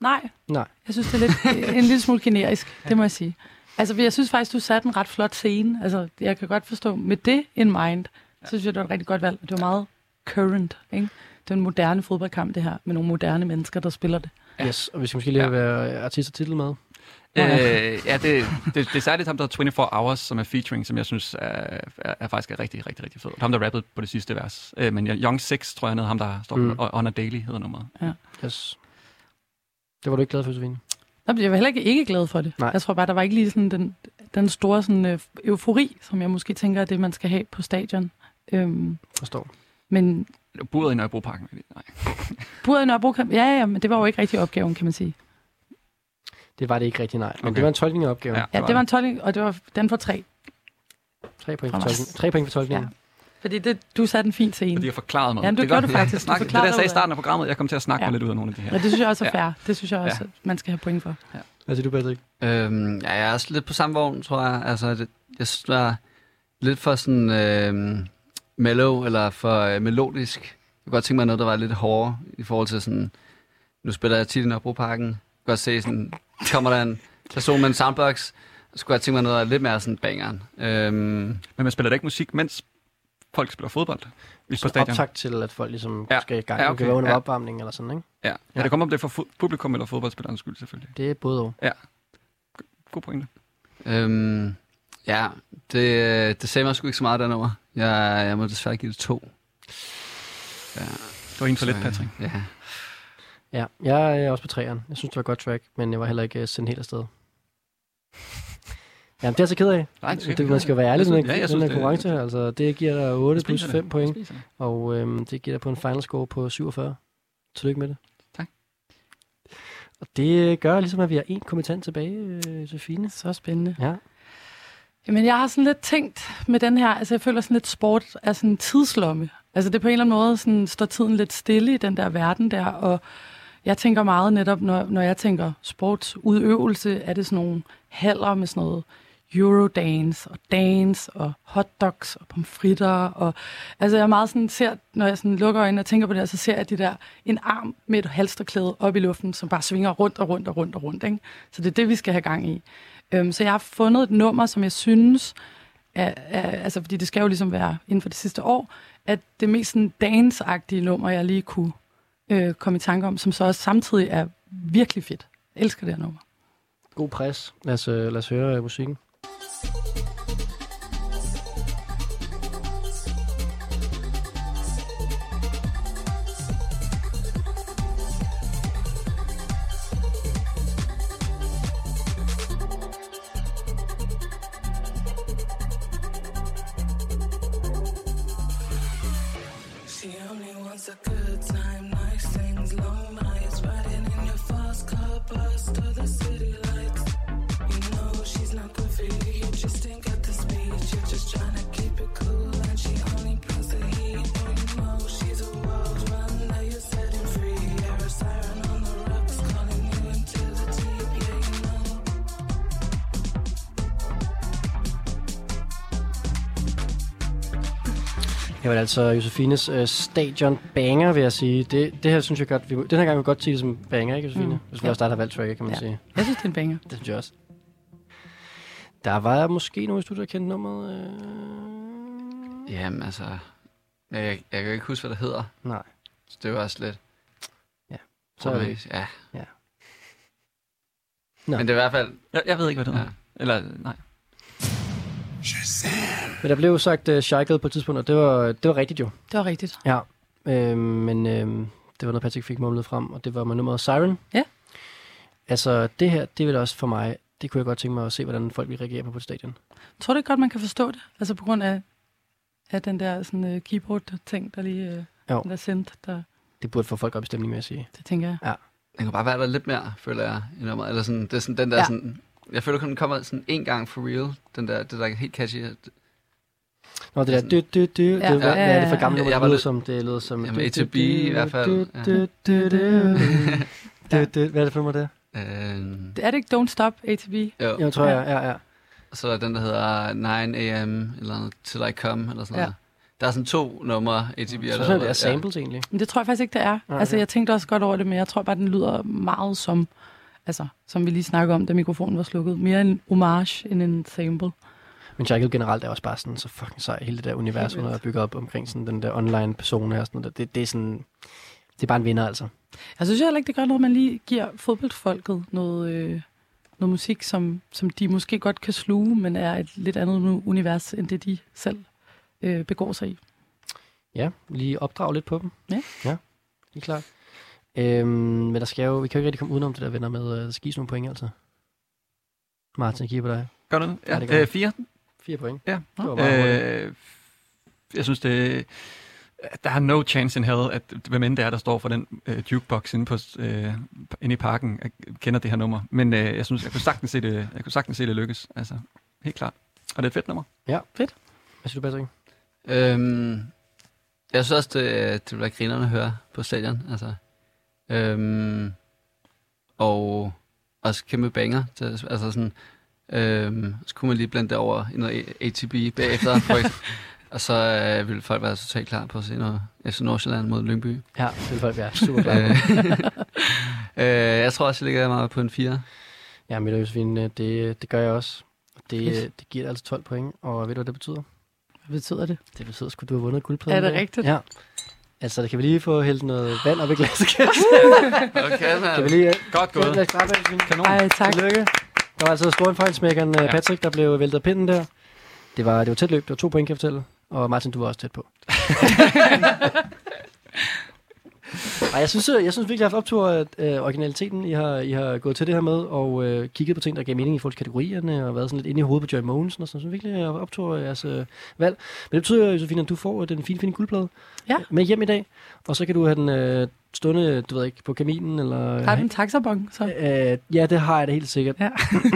E: Nej,
B: Nej.
E: jeg synes, det er [LAUGHS] lidt, øh, en lille smule generisk, det må jeg sige. Altså, jeg synes faktisk, du satte en ret flot scene. Altså, jeg kan godt forstå, med det in mind, så synes jeg, det var et rigtig godt valg. Det var meget current, ikke? Det er en moderne fodboldkamp, det her, med nogle moderne mennesker, der spiller det.
B: Yes, og vi skal måske lige ja. være artist og titel med.
I: Øh, ja, det, det, det er særligt ham, der er 24 Hours, som er featuring, som jeg synes er, er, er faktisk er rigtig, rigtig, rigtig fed. Ham, der rappede på det sidste vers. Øh, men Young 6, tror jeg, han hedder ham, der står
B: Mm.
I: mm. Under Daily, hedder nummeret.
E: Ja.
B: Yes. Det var du ikke glad for, Josefine?
E: Nå, men Jeg var heller ikke, ikke glad for det.
B: Nej.
E: Jeg tror bare, der var ikke lige sådan den, den store sådan, øh, eufori, som jeg måske tænker er det, man skal have på stadion. Øhm,
B: Forstår.
E: men
I: Buret i Nørrebroparken. Nej.
E: buret i Nørrebro, kan- ja, ja, men det var jo ikke rigtig opgaven, kan man sige.
B: Det var det ikke rigtig, nej. Men okay. det var en tolkning af opgaven.
E: Ja, det var en tolkning, og det var den for tre.
B: Tre point for
E: Fra mig.
B: tolkningen. Tre point for tolkningen.
E: Fordi det, du satte en fin scene.
I: Fordi jeg forklarede mig.
E: Ja, men du gjorde det faktisk. Du
I: Snak, det, der
E: forklarede
I: jeg sagde
E: ud
I: i
E: af-
I: starten af programmet, jeg kom til at snakke
E: Ja.
I: ja. mig lidt ud af nogle af de her.
E: Ja. Og det synes jeg også er
I: Ja.
E: fair. Det synes jeg også, ja. man skal have point for. Ja.
B: Hvad siger Altså, du, Patrick?
D: Øhm, ja, jeg er også lidt på samme vogn, tror jeg. Altså, det, jeg synes, det er lidt for sådan øhm, mellow eller for øh, melodisk. Jeg kunne godt tænke mig noget, der var lidt hårdere i forhold til sådan... Nu spiller jeg tit i Nørrebroparken. Jeg kan godt se sådan... Kommer der en person med en soundbox, så kunne jeg tænke mig noget, der er lidt mere sådan bangeren. Øhm,
I: Men man spiller da ikke musik, mens folk spiller fodbold i på stadion.
B: Optag til, at folk ligesom ja.
I: Ja.
B: skal i gang. Ja,
I: Ja,
B: okay.
I: okay.
B: kan være under
I: Ja.
B: opvarmning eller sådan, ikke?
I: Ja. ja, det kommer om det er for fu- publikum eller fodboldspillerens skyld, selvfølgelig.
B: Det er både og.
I: Ja. God pointe.
D: øhm, ja, det, det sagde mig sgu ikke så meget, den over. Jeg, jeg må desværre give det to. Ja.
I: Det var en for lidt, Patrick.
D: Ja.
B: Ja, jeg er også på træeren. Jeg synes, det var et godt track, men jeg var heller ikke øh, sendt helt afsted. Ja, men det er jeg så ked af.
D: Nej, det er
B: det,
D: ikke
B: man skal
D: ked
B: være
D: af.
B: ærlig i
D: Jeg
B: den
D: synes- ja,
B: her, den
D: jeg synes,
B: her
D: det-
B: konkurrence her. Altså, det giver dig 8
D: Det
B: plus
D: spiser det.
B: 5
D: Det
B: point,
D: spiser det.
B: og øhm, det giver dig på en final score på 47. Tillykke med det.
I: Tak.
B: Og det gør ligesom, at vi har en kommentant tilbage, øh, Josefine.
E: Så spændende.
B: Ja.
E: Jamen, jeg har sådan lidt tænkt med den her, altså jeg føler sådan lidt sport er sådan en tidslomme. Altså det på en eller anden måde sådan, står tiden lidt stille i den der verden der, og jeg tænker meget netop, når, når jeg tænker sportsudøvelse, er det sådan nogle haller med sådan noget eurodance og dance og hotdogs og pomfritter. Og, altså jeg er meget sådan, ser, når jeg sådan lukker øjnene og tænker på det, her, så ser jeg de der, en arm med et halsterklæde op i luften, som bare svinger rundt og rundt og rundt og rundt. Ikke? Så det er det, vi skal have gang i. Øhm, så jeg har fundet et nummer, som jeg synes, er, er, altså fordi det skal jo ligesom være inden for det sidste år, at det mest sådan dance-agtige nummer, jeg lige kunne øh, komme i tanke om, som så også samtidig er virkelig fedt. Jeg elsker det her nummer.
B: God pres. Lad os, øh, lad os høre øh, musikken.
P: She only wants a good time, nice things, long nights, riding in your fast car, past to the city lights. You know she's not good for you, you just ain't got the speed. You're just trying to keep it cool, and she only brings the heat. You know she's a wild one, now you're setting free. You're a siren on the rocks, calling you into the deep. Yeah, you know.
B: Det var altså Josefines øh, stadion banger, vil jeg sige. Det, det her synes jeg godt, vi, må- den her gang vil vi godt sige det som banger, ikke Josefine?
E: Mm.
B: Mm. Hvis vi ja.
E: Ja.
B: også der har valgt tracket, kan man ja. sige.
E: Jeg synes, det er en banger.
B: Det synes jeg også. Der var måske nogen i studiet, der kendte nummeret. Øh...
D: Jamen altså, jeg, jeg kan jo ikke huske, hvad det hedder.
B: Nej.
D: Så det var også lidt...
B: Ja.
D: Så er det. Ja.
B: ja.
D: Nå.
B: Nå.
D: Men det er i hvert fald...
I: Jeg, jeg ved ikke, hvad det
D: hedder.
I: Ja. Eller, nej.
B: Men der blev jo sagt øh, Shaiket på et tidspunkt, og det var, det var rigtigt jo.
E: Det var rigtigt.
B: Ja, øh, men øh, det var noget, Patrick fik mumlet frem, og det var med nummeret Siren.
E: Ja.
B: Altså, det her, det vil også for mig, det kunne jeg godt tænke mig at se, hvordan folk vil reagere på på et stadion.
E: Tror du ikke godt, man kan forstå det? Altså på grund af, af den der sådan, øh, keyboard-ting, der lige øh,
B: Jo.
E: den der sendt, der,
B: Det burde få folk op i stemning, vil jeg sige.
E: det tænker jeg.
B: Ja.
D: Den kunne bare være der lidt mere, føler jeg. i nummeret. Eller sådan, det er sådan den der
E: Ja.
D: ja. sådan... Jeg føler, kun den kommer sådan en gang for real. Den der, det der er helt catchy. Øh,
B: Nå, det der dy, dy, dy, ja. det,
D: Ja.
B: hvad, hvad er det for
D: Ja.
B: gammelt nummer,
D: Jeg
B: det
D: var
B: lyder
D: lidt-
B: som? Det lyder som...
D: Jamen,
B: dy, dy,
D: A2B
B: dy,
D: i hvert fald,
B: dy,
D: ja.
B: dy, dy, dy, dy, dy. Hvad er det for nummer, det er?
D: Øhm,
E: Er det ikke Don't Stop, ATB?
D: jo.
B: Jeg tror, jeg, ja, ja.
D: Og så er der den, der hedder 9 a.m. eller noget, Till I Come, eller sådan
E: Ja.
D: noget. Der er sådan to numre, ATB.
B: Så sådan, det er samples egentlig.
E: Men det tror jeg faktisk ikke, det er.
B: Nej,
E: altså,
B: okay.
E: jeg tænkte også godt over det, men jeg tror bare, den lyder meget som, altså, som vi lige snakkede om, da mikrofonen var slukket. Mere en homage end en sample.
B: Men Jekyll generelt er også bare sådan så fucking sej. Hele det der univers,
E: Helt
B: hun har
E: vildt.
B: bygget op omkring sådan den der online persona og sådan noget. Det, det er sådan... Det er bare en vinder, altså.
E: Jeg synes heller ikke, det gør noget, at man lige giver fodboldfolket noget, øh, noget musik, som, som de måske godt kan sluge, men er et lidt andet nu- univers, end det de selv øh, begår sig i.
B: Ja, lige opdrage lidt på dem.
E: Ja.
B: Ja, helt klart. Øhm, men der skal jo, vi kan jo ikke rigtig komme udenom det der venner med, øh, der skal gives nogle point altså. Martin, jeg kigger på dig.
I: Gør du det? Ja,
B: jeg.
I: øh, fire.
B: Fire point.
I: Ja.
B: Det var meget hurtigt.
I: Øh, jeg synes, det der er no chance in hell, at hvem end det er, der står for den øh, jukebox inde, på, øh, inde i parken, jeg kender det her nummer. Men øh, jeg synes, jeg kunne sagtens se det, jeg kunne sagtens se det lykkes. Altså, helt klart. Og det er et fedt nummer.
B: Ja. Fedt. Hvad synes du, Patrick?
D: Øhm, jeg synes også, det, det bliver grinerne at høre på stadion. Altså. Øhm, og også kæmpe banger. Til, altså sådan, øhm, så kunne man lige blande det over i noget A- ATB bagefter. for eksempel. og så øh, ville folk være totalt klar på at se noget FC Nordsjælland mod Lyngby.
B: Ja, det vil folk være super
E: [LAUGHS]
B: glade
D: [LAUGHS] øh, jeg tror også, jeg ligger meget på en 4.
B: Ja, med Josefine, øh, det, det gør jeg også. Det,
E: Fedt.
B: øh, det giver altså 12 point, og ved du, hvad det betyder?
E: Hvad betyder det?
B: Det betyder sgu, du har vundet guldpladen.
E: Er det
B: i dag.
E: rigtigt?
B: Ja. Altså, kan vi lige få hældt noget vand op i glassekassen?
D: [LAUGHS] Okay, mand.
B: Kan vi lige... øh,
I: Godt gået.
B: Lad os klappe af, Josefine.
I: Kanon.
E: Ej, tak.
B: Tillykke. Der var altså scoringfejlsmækkeren ja. Patrick, der blev væltet af pinden der. Det var, det var tæt løb. Det var to point, kan jeg fortælle. Og Martin, du var også tæt på. Ej, jeg synes, øh, jeg synes virkelig, jeg har haft optur af øh, originaliteten, I har, I har gået til det her med, og øh, kigget på ting, der gav mening i forhold til kategorierne, og været sådan lidt inde i hovedet på Joy Mogensen, og sådan, så virkelig jeg har haft optur af jeres øh, valg. Men det betyder, Josefine, at du får øh, den fine, fine guldplade
E: Ja.
B: med hjem i dag, og så kan du have den øh, stående, du ved ikke, på kaminen, eller...
E: Har du en taxabon, så?
B: Øh, ja, det har jeg da helt sikkert.
E: Ja.
B: [CLEARS THROAT]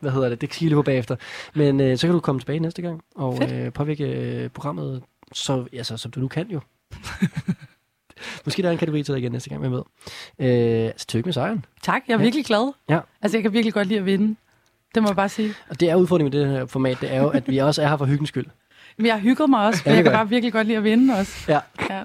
B: Hvad hedder det? Det kan jeg lige på bagefter. Men øh, så kan du komme tilbage næste gang og
E: Fedt.
B: øh, påvirke øh, programmet, så, altså, som du nu
E: [LAUGHS]
B: kan jo. Måske der er en kategori til dig igen næste gang, hvem ved. Øh, altså, tillykke med sejren.
E: Tak, jeg er
B: Ja.
E: virkelig glad.
B: Ja.
E: Altså, jeg kan virkelig godt lide at vinde. Det må jeg bare sige.
B: Og det er udfordringen med det her format, det er jo, at vi også er her for hyggens skyld.
E: Men jeg hyggede mig også,
B: Ja,
E: men
B: det
E: jeg kan
B: gør jeg.
E: bare virkelig godt lide at vinde også.
B: Ja.
E: ja.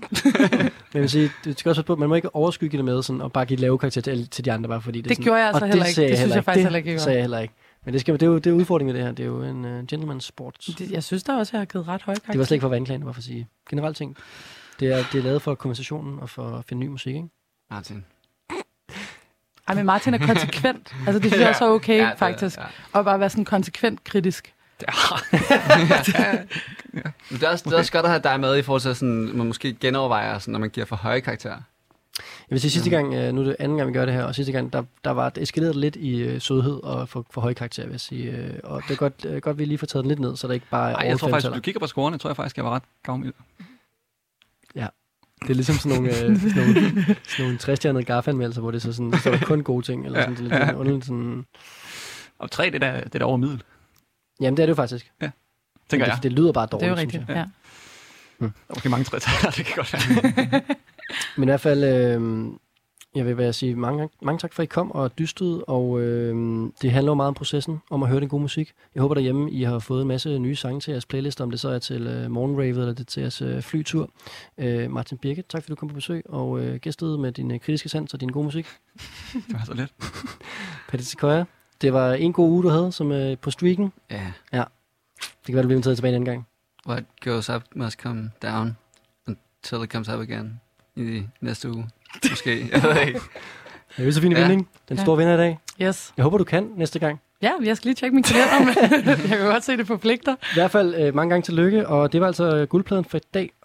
B: Men jeg vil sige, du skal også passe på, man må ikke overskygge det med sådan, og bare give lave karakter til, alle- til de andre, bare fordi det, er
E: Det
B: sådan,
E: gjorde jeg altså
B: og
E: heller ikke.
B: sagde
E: Det synes jeg faktisk
B: det
E: heller ikke, jeg gjorde.
B: sagde jeg heller ikke. Men det, skal, det, er jo, det er udfordringen med det her. Det er jo en uh, gentleman sport.
E: Det, jeg synes da også, jeg har givet ret høje karakter.
B: Det var slet ikke for at være anklagende, hvorfor sige. Generelt ting. Det er, det er lavet for konversationen og for at finde ny musik, ikke?
D: Martin.
E: Ej, men Martin er konsekvent. Altså, det synes jeg
B: Ja.
E: også er okay,
B: Ja,
E: ja,
B: det er-
E: faktisk. Ja. Og bare være sådan konsekvent kritisk.
D: Men Det er, også, det er også godt at have dig med i forhold til, at sådan, man måske genovervejer, sådan, når man giver for høje karakterer.
B: Jeg vil sige,
I: Mm.
B: sidste gang, øh, nu er det anden gang, vi gør det her, og sidste gang, der, der var det eskaleret lidt i øh, sødhed og for, for høj karakter, vil jeg sige. øh, Og det er godt, øh, godt, vi lige får taget den lidt ned, så det ikke bare er
I: Ej, jeg tror
B: overflade-
I: faktisk,
B: taler.
I: hvis du kigger på scorene, tror jeg faktisk, jeg var ret gavmild.
B: Ja. Det er ligesom sådan
I: [LAUGHS]
B: nogle, øh, sådan nogle, sådan nogle træstjernede gaffanmeldelser, hvor det er så sådan, så er der kun gode ting, eller
I: Ja,
B: sådan, det er lidt sådan
I: ja.
B: underligt sådan...
I: Og tre, det er da- det er da over middel,
B: Jamen, det er det jo faktisk.
I: Ja.
B: Men
I: tænker
B: det,
I: jeg.
B: Det lyder bare dårligt,
I: Det er jo
B: synes
I: rigtigt,
B: jeg.
I: ja. Der er måske mange tre [LAUGHS] det kan godt være.
B: Men i hvert fald, øh, jeg vil bare sige mange, mange tak for, at I kom og dystede, og øh, det handler jo meget om processen, om at høre den gode musik. Jeg håber derhjemme, I har fået en masse nye sange til jeres playlist, om det så er til øh, morgenravet eller det er til jeres øh, flytur. Øh, Martin Birke, tak fordi du kom på besøg, og øh, gæstede med din øh, kritiske sans og din gode musik.
I: Det var så let.
B: Patti Sequoia, det var en god uge, du havde som øh, på streaken.
D: Ja.
B: ja. Det kan være, du bliver inviteret tilbage en anden gang.
D: What goes up must come down until it comes up again i næste uge. Måske, [LAUGHS] jeg ved ikke.
B: Ja, Josefine ja.
D: Ja.
B: Vinding, den
E: Ja.
B: store vinder i dag.
E: Yes.
B: Jeg håber, du kan næste gang.
E: Ja, jeg skal lige tjekke min kalender, men [LAUGHS] jeg kan godt se, det forpligter.
B: I hvert fald øh, mange gange tillykke, og det var altså øh, guldpladen for i dag.